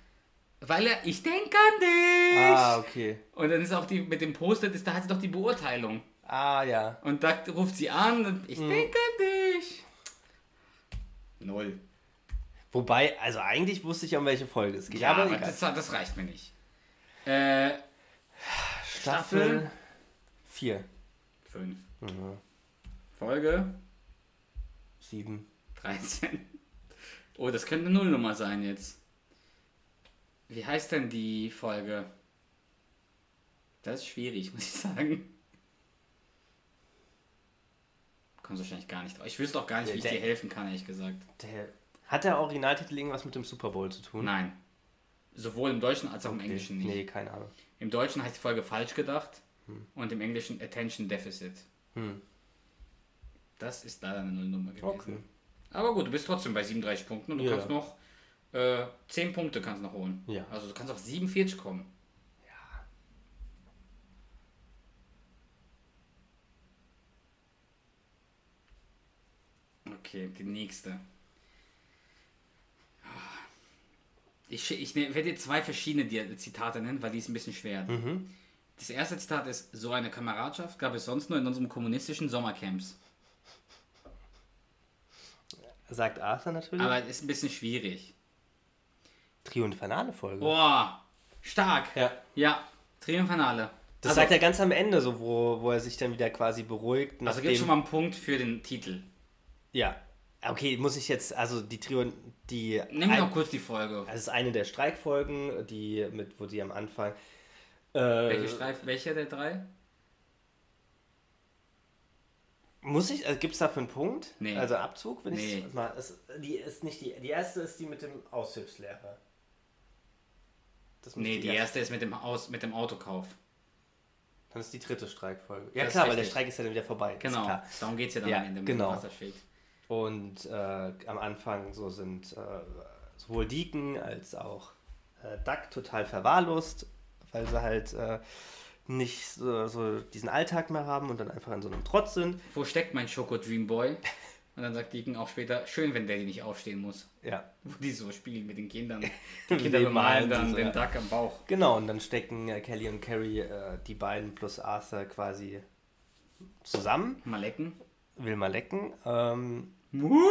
Weil er, ich denke an dich.
Ah, okay.
Und dann ist auch die, mit dem Post-it, ist- da hat sie doch die Beurteilung.
Ah, ja.
Und Duck ruft sie an und
Mhm.
ich denke an dich. Null.
Wobei, also eigentlich wusste ich, um welche Folge es geht.
Ja,
aber
aber
egal.
das, das reicht mir nicht. Äh,
Staffel 4,
fünf.
Mhm.
Folge
7.
13. Oh, das könnte eine Nullnummer sein jetzt. Wie heißt denn die Folge? Das ist schwierig, muss ich sagen. Kommst wahrscheinlich gar nicht drauf. Ich wüsste auch gar nicht, wie ich
Der-
dir helfen kann, ehrlich gesagt.
Der, hat der Originaltitel irgendwas mit dem Super Bowl zu tun?
Nein. Sowohl im Deutschen als auch im Englischen nicht.
Nee, keine Ahnung.
Im Deutschen heißt die Folge falsch gedacht und im Englischen Attention Deficit. Das ist leider eine Nullnummer gewesen.
Okay.
Aber gut, du bist trotzdem bei 37 Punkten und du
Ja.
kannst noch äh, 10 Punkte kannst noch holen.
Ja.
Also du kannst auf 47 kommen. Ja. Okay, die nächste. Ich, schi- ich ne- werde dir zwei verschiedene Di- Zitate nennen, weil die ist ein bisschen schwer.
Mhm.
Das erste Zitat ist, so eine Kameradschaft gab es sonst nur in unserem kommunistischen Sommercamps.
Sagt Arthur natürlich.
Aber ist ein bisschen schwierig.
Triumphale Folge.
Oh. Boah, stark.
Ja.
Ja, Triumphanale.
Das
also,
sagt er ganz am Ende, so wo, wo er sich dann wieder quasi beruhigt.
also gibt schon mal einen Punkt für den Titel.
Ja. Okay, muss ich jetzt, also die Trio, die.
Nimm
ein-
noch kurz die Folge.
Das ist eine der Streikfolgen, die mit, wo die am Anfang. Äh,
Welche Streif, welcher der drei?
Muss ich, also gibt es dafür einen Punkt?
Nee.
Also Abzug, wenn nee.
Nee.
ich mal. Es, die ist nicht die. Die erste ist die mit dem Aushilfslehrer. Das muss
Nee, die erste ist mit dem, Aus, mit dem Autokauf.
Dann ist die dritte Streikfolge. Ja,
Das ist
klar, weil der
richtig.
Streik ist ja dann wieder vorbei. ist
Genau,
Klar.
darum geht es ja dann
Ja,
am Ende mit
genau.
dem Wasserschild.
Und äh, am Anfang so sind äh, sowohl Deacon als auch äh, Duck total verwahrlost, weil sie halt äh, nicht so, so diesen Alltag mehr haben und dann einfach in so einem Trotz sind.
Wo steckt mein Schoko Dream Boy? Und dann sagt Deacon auch später, schön, wenn Daddy nicht aufstehen muss.
Ja.
Wo die so spielen mit den Kindern. Die
Die
Kinder
malen
bemalen dann
so,
den
ja.
Duck am Bauch.
Genau, und dann stecken äh, Kelly und Carrie äh, die beiden plus Arthur quasi zusammen.
Mal lecken.
Will mal lecken. Ähm,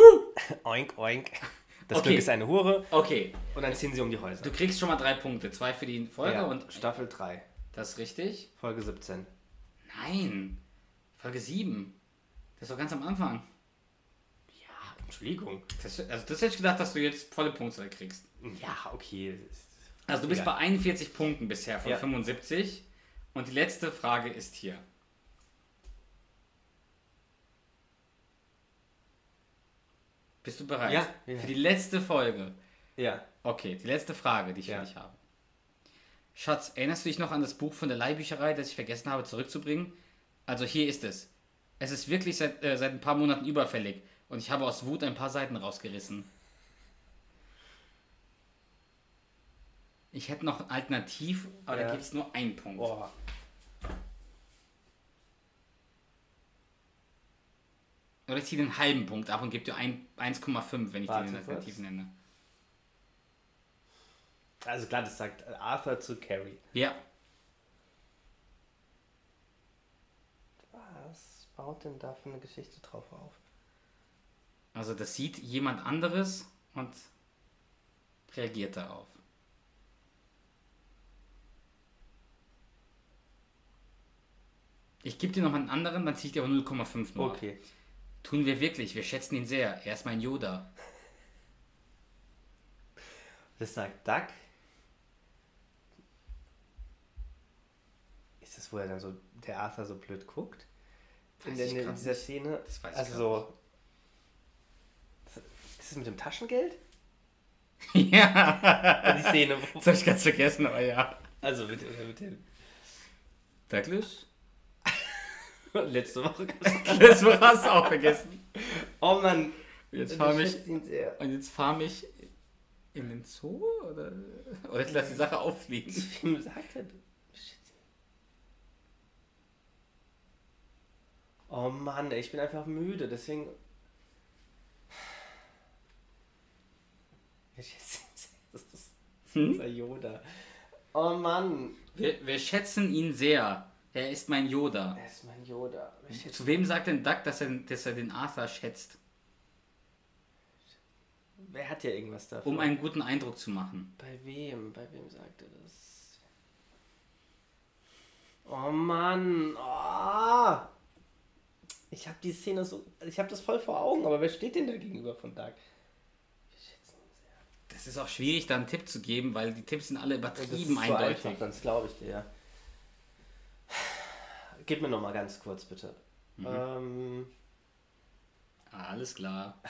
oink, oink. Das
Okay.
Glück ist eine Hure.
Okay,
Und dann ziehen sie um die Häuser.
du kriegst schon mal drei Punkte. Zwei für die Folge
Ja,
und...
Staffel 3,
Das ist richtig?
Folge 17.
Nein. Folge 7. Das war ganz am Anfang. Ah,
Ja, Entschuldigung.
Das, also das hätte ich gedacht, dass du jetzt volle Punktzahl kriegst.
Ja, okay.
Also du bist
Egal.
bei 41 Punkten bisher von
Ja.
75. Und die letzte Frage ist hier. Bist du bereit?
Ja, ja.
Für die letzte Folge.
Ja.
Okay, die letzte Frage, die ich
Ja.
für dich habe. Schatz, erinnerst du dich noch an das Buch von der Leihbücherei, das ich vergessen habe zurückzubringen? Also hier ist es. Es ist wirklich seit, äh, seit ein paar Monaten überfällig und ich habe aus Wut ein paar Seiten rausgerissen. Ich hätte noch ein Alternativ, aber da
Ja. Oh.
gibt es nur einen Punkt.
Boah.
Oder ich ziehe den halben Punkt ab und gebe dir ein- 1,5, wenn ich
Warte,
den Alternativen nenne.
Also klar, das sagt Arthur zu Carrie.
Ja,
Was baut denn da für eine Geschichte drauf auf?
also das sieht jemand anderes und reagiert darauf. Ich gebe dir noch einen anderen, dann ziehe ich dir aber 0,5 nur ab.
Okay.
Tun wir wirklich, wir schätzen ihn sehr. Er ist mein Yoda.
Das sagt Duck. Ist das, wo er dann so, der Arthur so blöd guckt? In,
Weiß
der,
ich
in
grad
dieser
nicht.
Szene?
Das weiß ich
also
grad
so. Ist es mit dem Taschengeld?
ja,
Die Szene, wo.
das habe ich ganz vergessen, aber ja.
Also mit, oder mit dem.
Douglas?
Letzte Woche.
Das hast du auch vergessen.
Oh Mann.
Jetzt
du
fahr mich
schätzt ihn sehr.
Und jetzt fahr mich in den Zoo oder, oder ich lasse die Sache auffliegen.
Wem sagt er? Shit. Oh Mann, ey, ich bin einfach müde, deswegen. Das ist
Hm?
unser Yoda. Oh Mann,
Wir, wir schätzen ihn sehr. Er ist mein Yoda.
er ist mein Yoda. Ich jetzt
Zu wem sagt denn Duck, dass er, dass er den Arthur schätzt?
Wer hat ja irgendwas davon?
Um einen guten Eindruck zu machen.
Bei wem? Bei wem sagt er das? Oh Mann. Oh. Ich habe die Szene so. Ich habe das voll vor Augen, aber wer steht denn da gegenüber von Dark?
Das ist auch schwierig, da einen Tipp zu geben, weil die Tipps sind alle
Das
übertrieben
ist so
eindeutig.
einfach, sonst glaube ich dir. ja. Gib mir noch mal ganz kurz, bitte.
Mhm.
Ähm,
Ah, alles klar.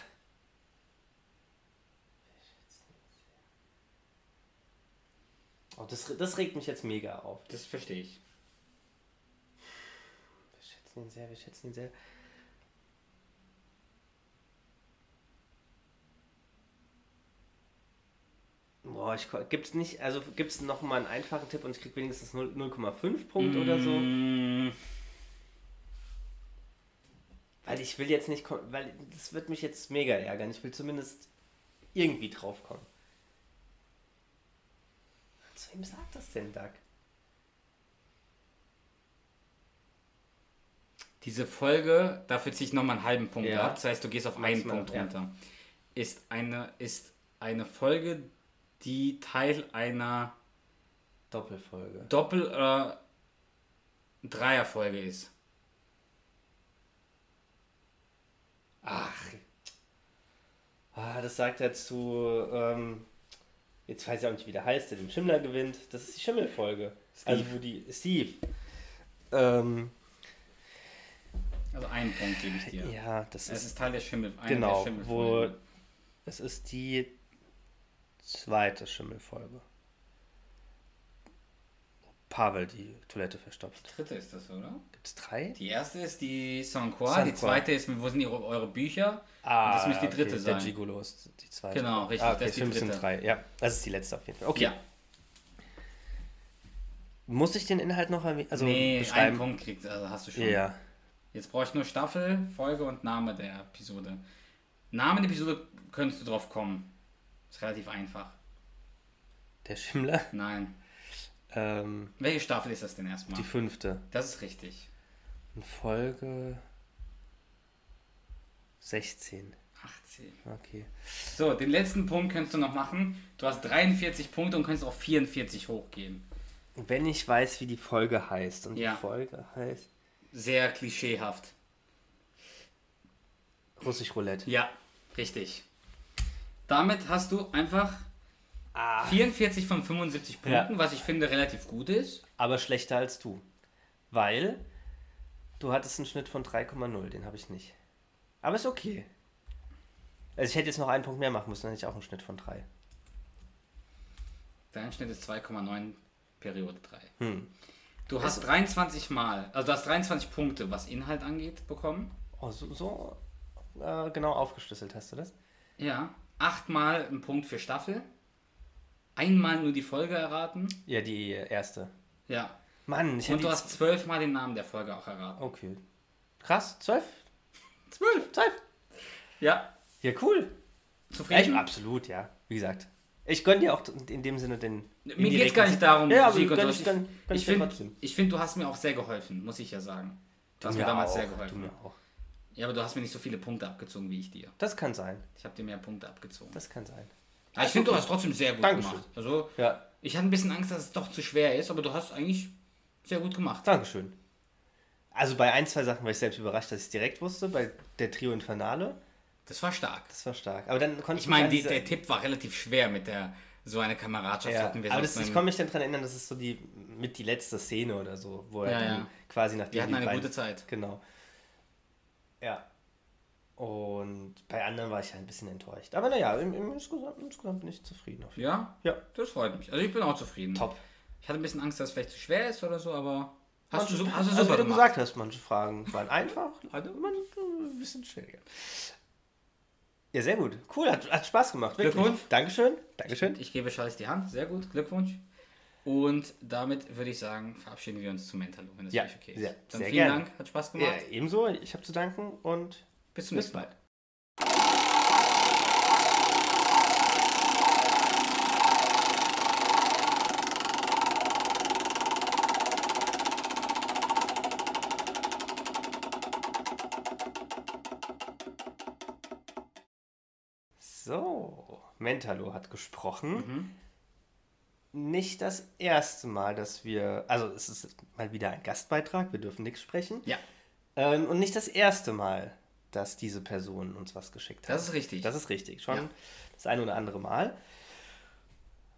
oh, das, re- das regt mich jetzt mega auf.
Das verstehe ich.
Wir schätzen ihn sehr, wir schätzen ihn sehr. Boah, ich, ko- gibt's nicht, also gibt's noch mal einen einfachen Tipp und ich krieg wenigstens 0 0,5 Punkt oder so.
Mm,
Weil ich will jetzt nicht, kom- weil das wird mich jetzt mega ärgern. Ich will zumindest irgendwie drauf kommen. Zu wem sagt das denn, Doug?
Diese Folge, dafür ziehe ich nochmal einen halben Punkt
Ja.
ab. Das heißt, du gehst auf einen
Maximal,
Punkt
ja.
runter. Ist eine, ist eine Folge, die Teil einer
Doppelfolge.
Doppel- oder Dreierfolge ist.
Ach. Ah, das sagt er zu, ähm, jetzt weiß ich auch nicht, wie der heißt, der den Schimmler gewinnt. Das ist die Schimmelfolge. Also wo die, Steve. Ähm,
Also einen Punkt gebe ich dir.
ja. das
Es
ist,
ist Teil der Schimmel. einer
genau,
der
wo,
Schimmelfolgen.
es ist die zweite Schimmelfolge. Pavel die Toilette verstopft.
Dritte ist das, oder?
Gibt es drei?
Die erste ist die Sanqua,
Sanqua.
die zweite ist, wo sind ihre, eure Bücher? Und das müsste die dritte
Ah, okay, Der
sein.
Gigolo ist die zweite.
Genau, richtig,
Ah, okay,
das ist die
stimmt, es sind
dritte.
drei. Ja, das ist die letzte auf jeden Fall. Okay.
Ja,
Muss ich den Inhalt noch erwähnen? Also
nee, einen
beschreiben?
Punkt kriegst also hast du schon.
Ja.
Jetzt brauche ich nur Staffel, Folge und Name der Episode. Name der Episode könntest du drauf kommen. Ist relativ einfach.
Der Schimmler.
Nein.
Ähm,
Welche Staffel ist das denn erstmal?
die fünfte.
Das ist richtig.
In Folge 16.
18.
Okay.
So, den letzten Punkt kannst du noch machen. Du hast 43 Punkte und kannst auf 44 hochgehen.
Wenn ich weiß, wie die Folge heißt. Und
Ja.
die Folge heißt
Sehr klischeehaft.
Russisch Roulette.
Ja, richtig. Damit hast du einfach 44 von 75
Ah. Ja.
Punkten, was ich finde relativ gut ist.
Aber schlechter als du. Weil du hattest einen Schnitt von 3,0. Den habe ich nicht. Aber ist okay. Also ich hätte jetzt noch einen Punkt mehr machen müssen, dann hätte ich auch einen Schnitt von 3.
Dein Schnitt ist 2,9 Periode 3.
Hm.
Du hast
Also-
23 Mal, also du hast 23 Punkte, was Inhalt angeht, bekommen.
Oh, so, so äh, genau aufgeschlüsselt hast du das?
Ja. Achtmal ein Punkt für Staffel. Einmal nur die Folge erraten.
Ja, die erste.
Ja.
Mann, ich
Und
hätte
du
die-
hast zwölfmal den Namen der Folge auch erraten.
Okay. Krass, 12?
Zwölf.
Zwölf.
Ja,
Ja, cool. Ich,
zufrieden.
absolut, ja. Wie gesagt. Ich gönne dir auch in dem Sinne den.
Mir geht gar nicht darum,
Ja, aber
Musik und
gönn
sowas.
ich, gönn, gönn
Ich
ich dir
finde,
trotzdem.
ich find, du hast mir auch sehr geholfen, muss ich ja sagen. Du hast mir
Ja,
damals
auch.
sehr
Du
geholfen.
mir auch.
Ja, aber du hast mir nicht so viele Punkte abgezogen wie ich dir.
Das kann sein.
Ich habe dir mehr Punkte abgezogen.
Das kann sein.
Aber ich finde, du hast trotzdem sehr gut
Dankeschön.
gemacht. Also,
Ja,
ich hatte ein bisschen Angst, dass es doch zu schwer ist, aber du hast eigentlich sehr gut gemacht.
Dankeschön. Also bei ein, zwei Sachen war ich selbst überrascht, dass ich es direkt wusste. Bei der Trio Infernale,
Das war stark.
das war stark. Aber dann konnte
Ich meine, die-
mich an
der
diese-
Tipp war relativ schwer mit der so eine Kameradschaft
ja,
hatten wir
aber
sonst
das, ich
noch-
kann mich dann daran erinnern, das ist so die mit die letzte Szene oder so, wo er
Ja,
dann
ja.
quasi nachdem
Wir hatten
die
eine
beiden-
gute Zeit.
Genau. Ja. Und bei anderen war ich halt ein bisschen enttäuscht. Aber naja, im, im insgesamt, insgesamt bin ich zufrieden. Auf jeden
Ja,
Fall. Ja,
das freut mich. Also ich bin auch zufrieden.
top.
Ich hatte ein bisschen Angst, dass es vielleicht zu schwer ist oder so, aber hast du,
Manche-
so, hast du
also,
super
wie du
gemacht.
gesagt hast, manche Fragen waren einfach, manche ein bisschen schwieriger. Ja, sehr gut. Cool, hat, hat Spaß gemacht. Wirklich.
Glückwunsch.
Dankeschön. Dankeschön.
Ich gebe Charles die Hand. Sehr gut. Glückwunsch. Und damit würde ich sagen, verabschieden wir uns zum Mentalo, wenn das
Ja,
für dich okay ist.
sehr-
Dann
sehr
vielen
gerne.
Dank, hat Spaß gemacht.
Ja, ebenso. Ich habe zu danken und
Bis zum nächsten Mal.
So, Mentalo hat
Mhm.
gesprochen. Nicht das erste Mal, dass wir, also es ist mal wieder ein Gastbeitrag, wir dürfen nichts sprechen.
Ja,
Ähm, und nicht das erste Mal, dass diese Person uns was geschickt hat.
das ist richtig.
Das ist richtig, schon
Ja.
das ein oder andere Mal.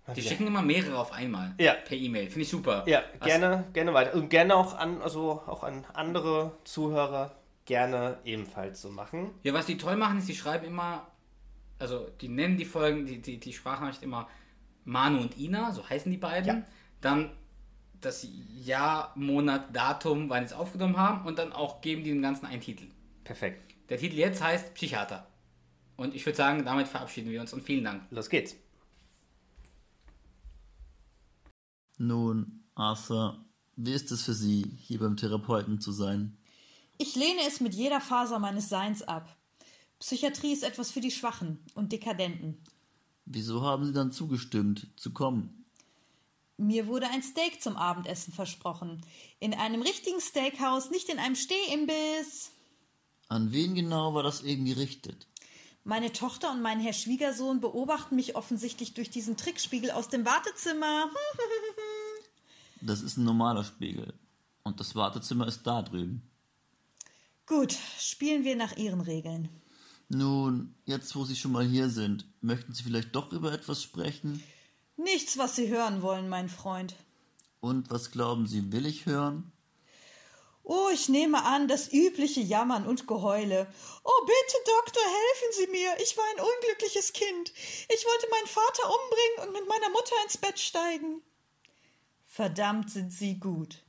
Mal
die
wieder-
schicken immer mehrere auf einmal.
Ja.
Per E-Mail. Finde ich super.
Ja,
Also,
gerne, gerne weiter. Und gerne auch an, also auch an andere Zuhörer gerne ebenfalls so machen.
Ja, was die toll machen, ist, die schreiben immer, also die nennen die Folgen, die, die, die Sprachnachricht immer Manu und Ina, so heißen die beiden.
Ja.
Dann das Jahr, Monat, Datum, wann sie es aufgenommen haben und dann auch geben die dem Ganzen einen Titel.
Perfekt.
Der Titel jetzt heißt Psychiater. Und ich würde sagen, damit verabschieden wir uns und vielen Dank.
Los geht's.
Nun, Arthur, wie ist es für Sie, hier beim Therapeuten zu sein?
Ich lehne es mit jeder Faser meines Seins ab. Psychiatrie ist etwas für die Schwachen und Dekadenten.
Wieso haben Sie dann zugestimmt, zu kommen?
Mir wurde ein Steak zum Abendessen versprochen. In einem richtigen Steakhouse, nicht in einem Stehimbiss.
An wen genau war das eben gerichtet?
Meine Tochter und mein Herr Schwiegersohn beobachten mich offensichtlich durch diesen Trickspiegel aus dem Wartezimmer. Hm.
Das ist ein normaler Spiegel. Und das Wartezimmer ist da drüben.
Gut, spielen wir nach ihren Regeln.
Nun, jetzt wo Sie schon mal hier sind, möchten Sie vielleicht doch über etwas sprechen?
Nichts, was Sie hören wollen, mein Freund.
Und was glauben Sie, will ich hören?
Oh, ich nehme an, das übliche Jammern und Geheule. Oh, bitte, Doktor, helfen Sie mir. Ich war ein unglückliches Kind. Ich wollte meinen Vater umbringen und mit meiner Mutter ins Bett steigen. Verdammt sind Sie gut.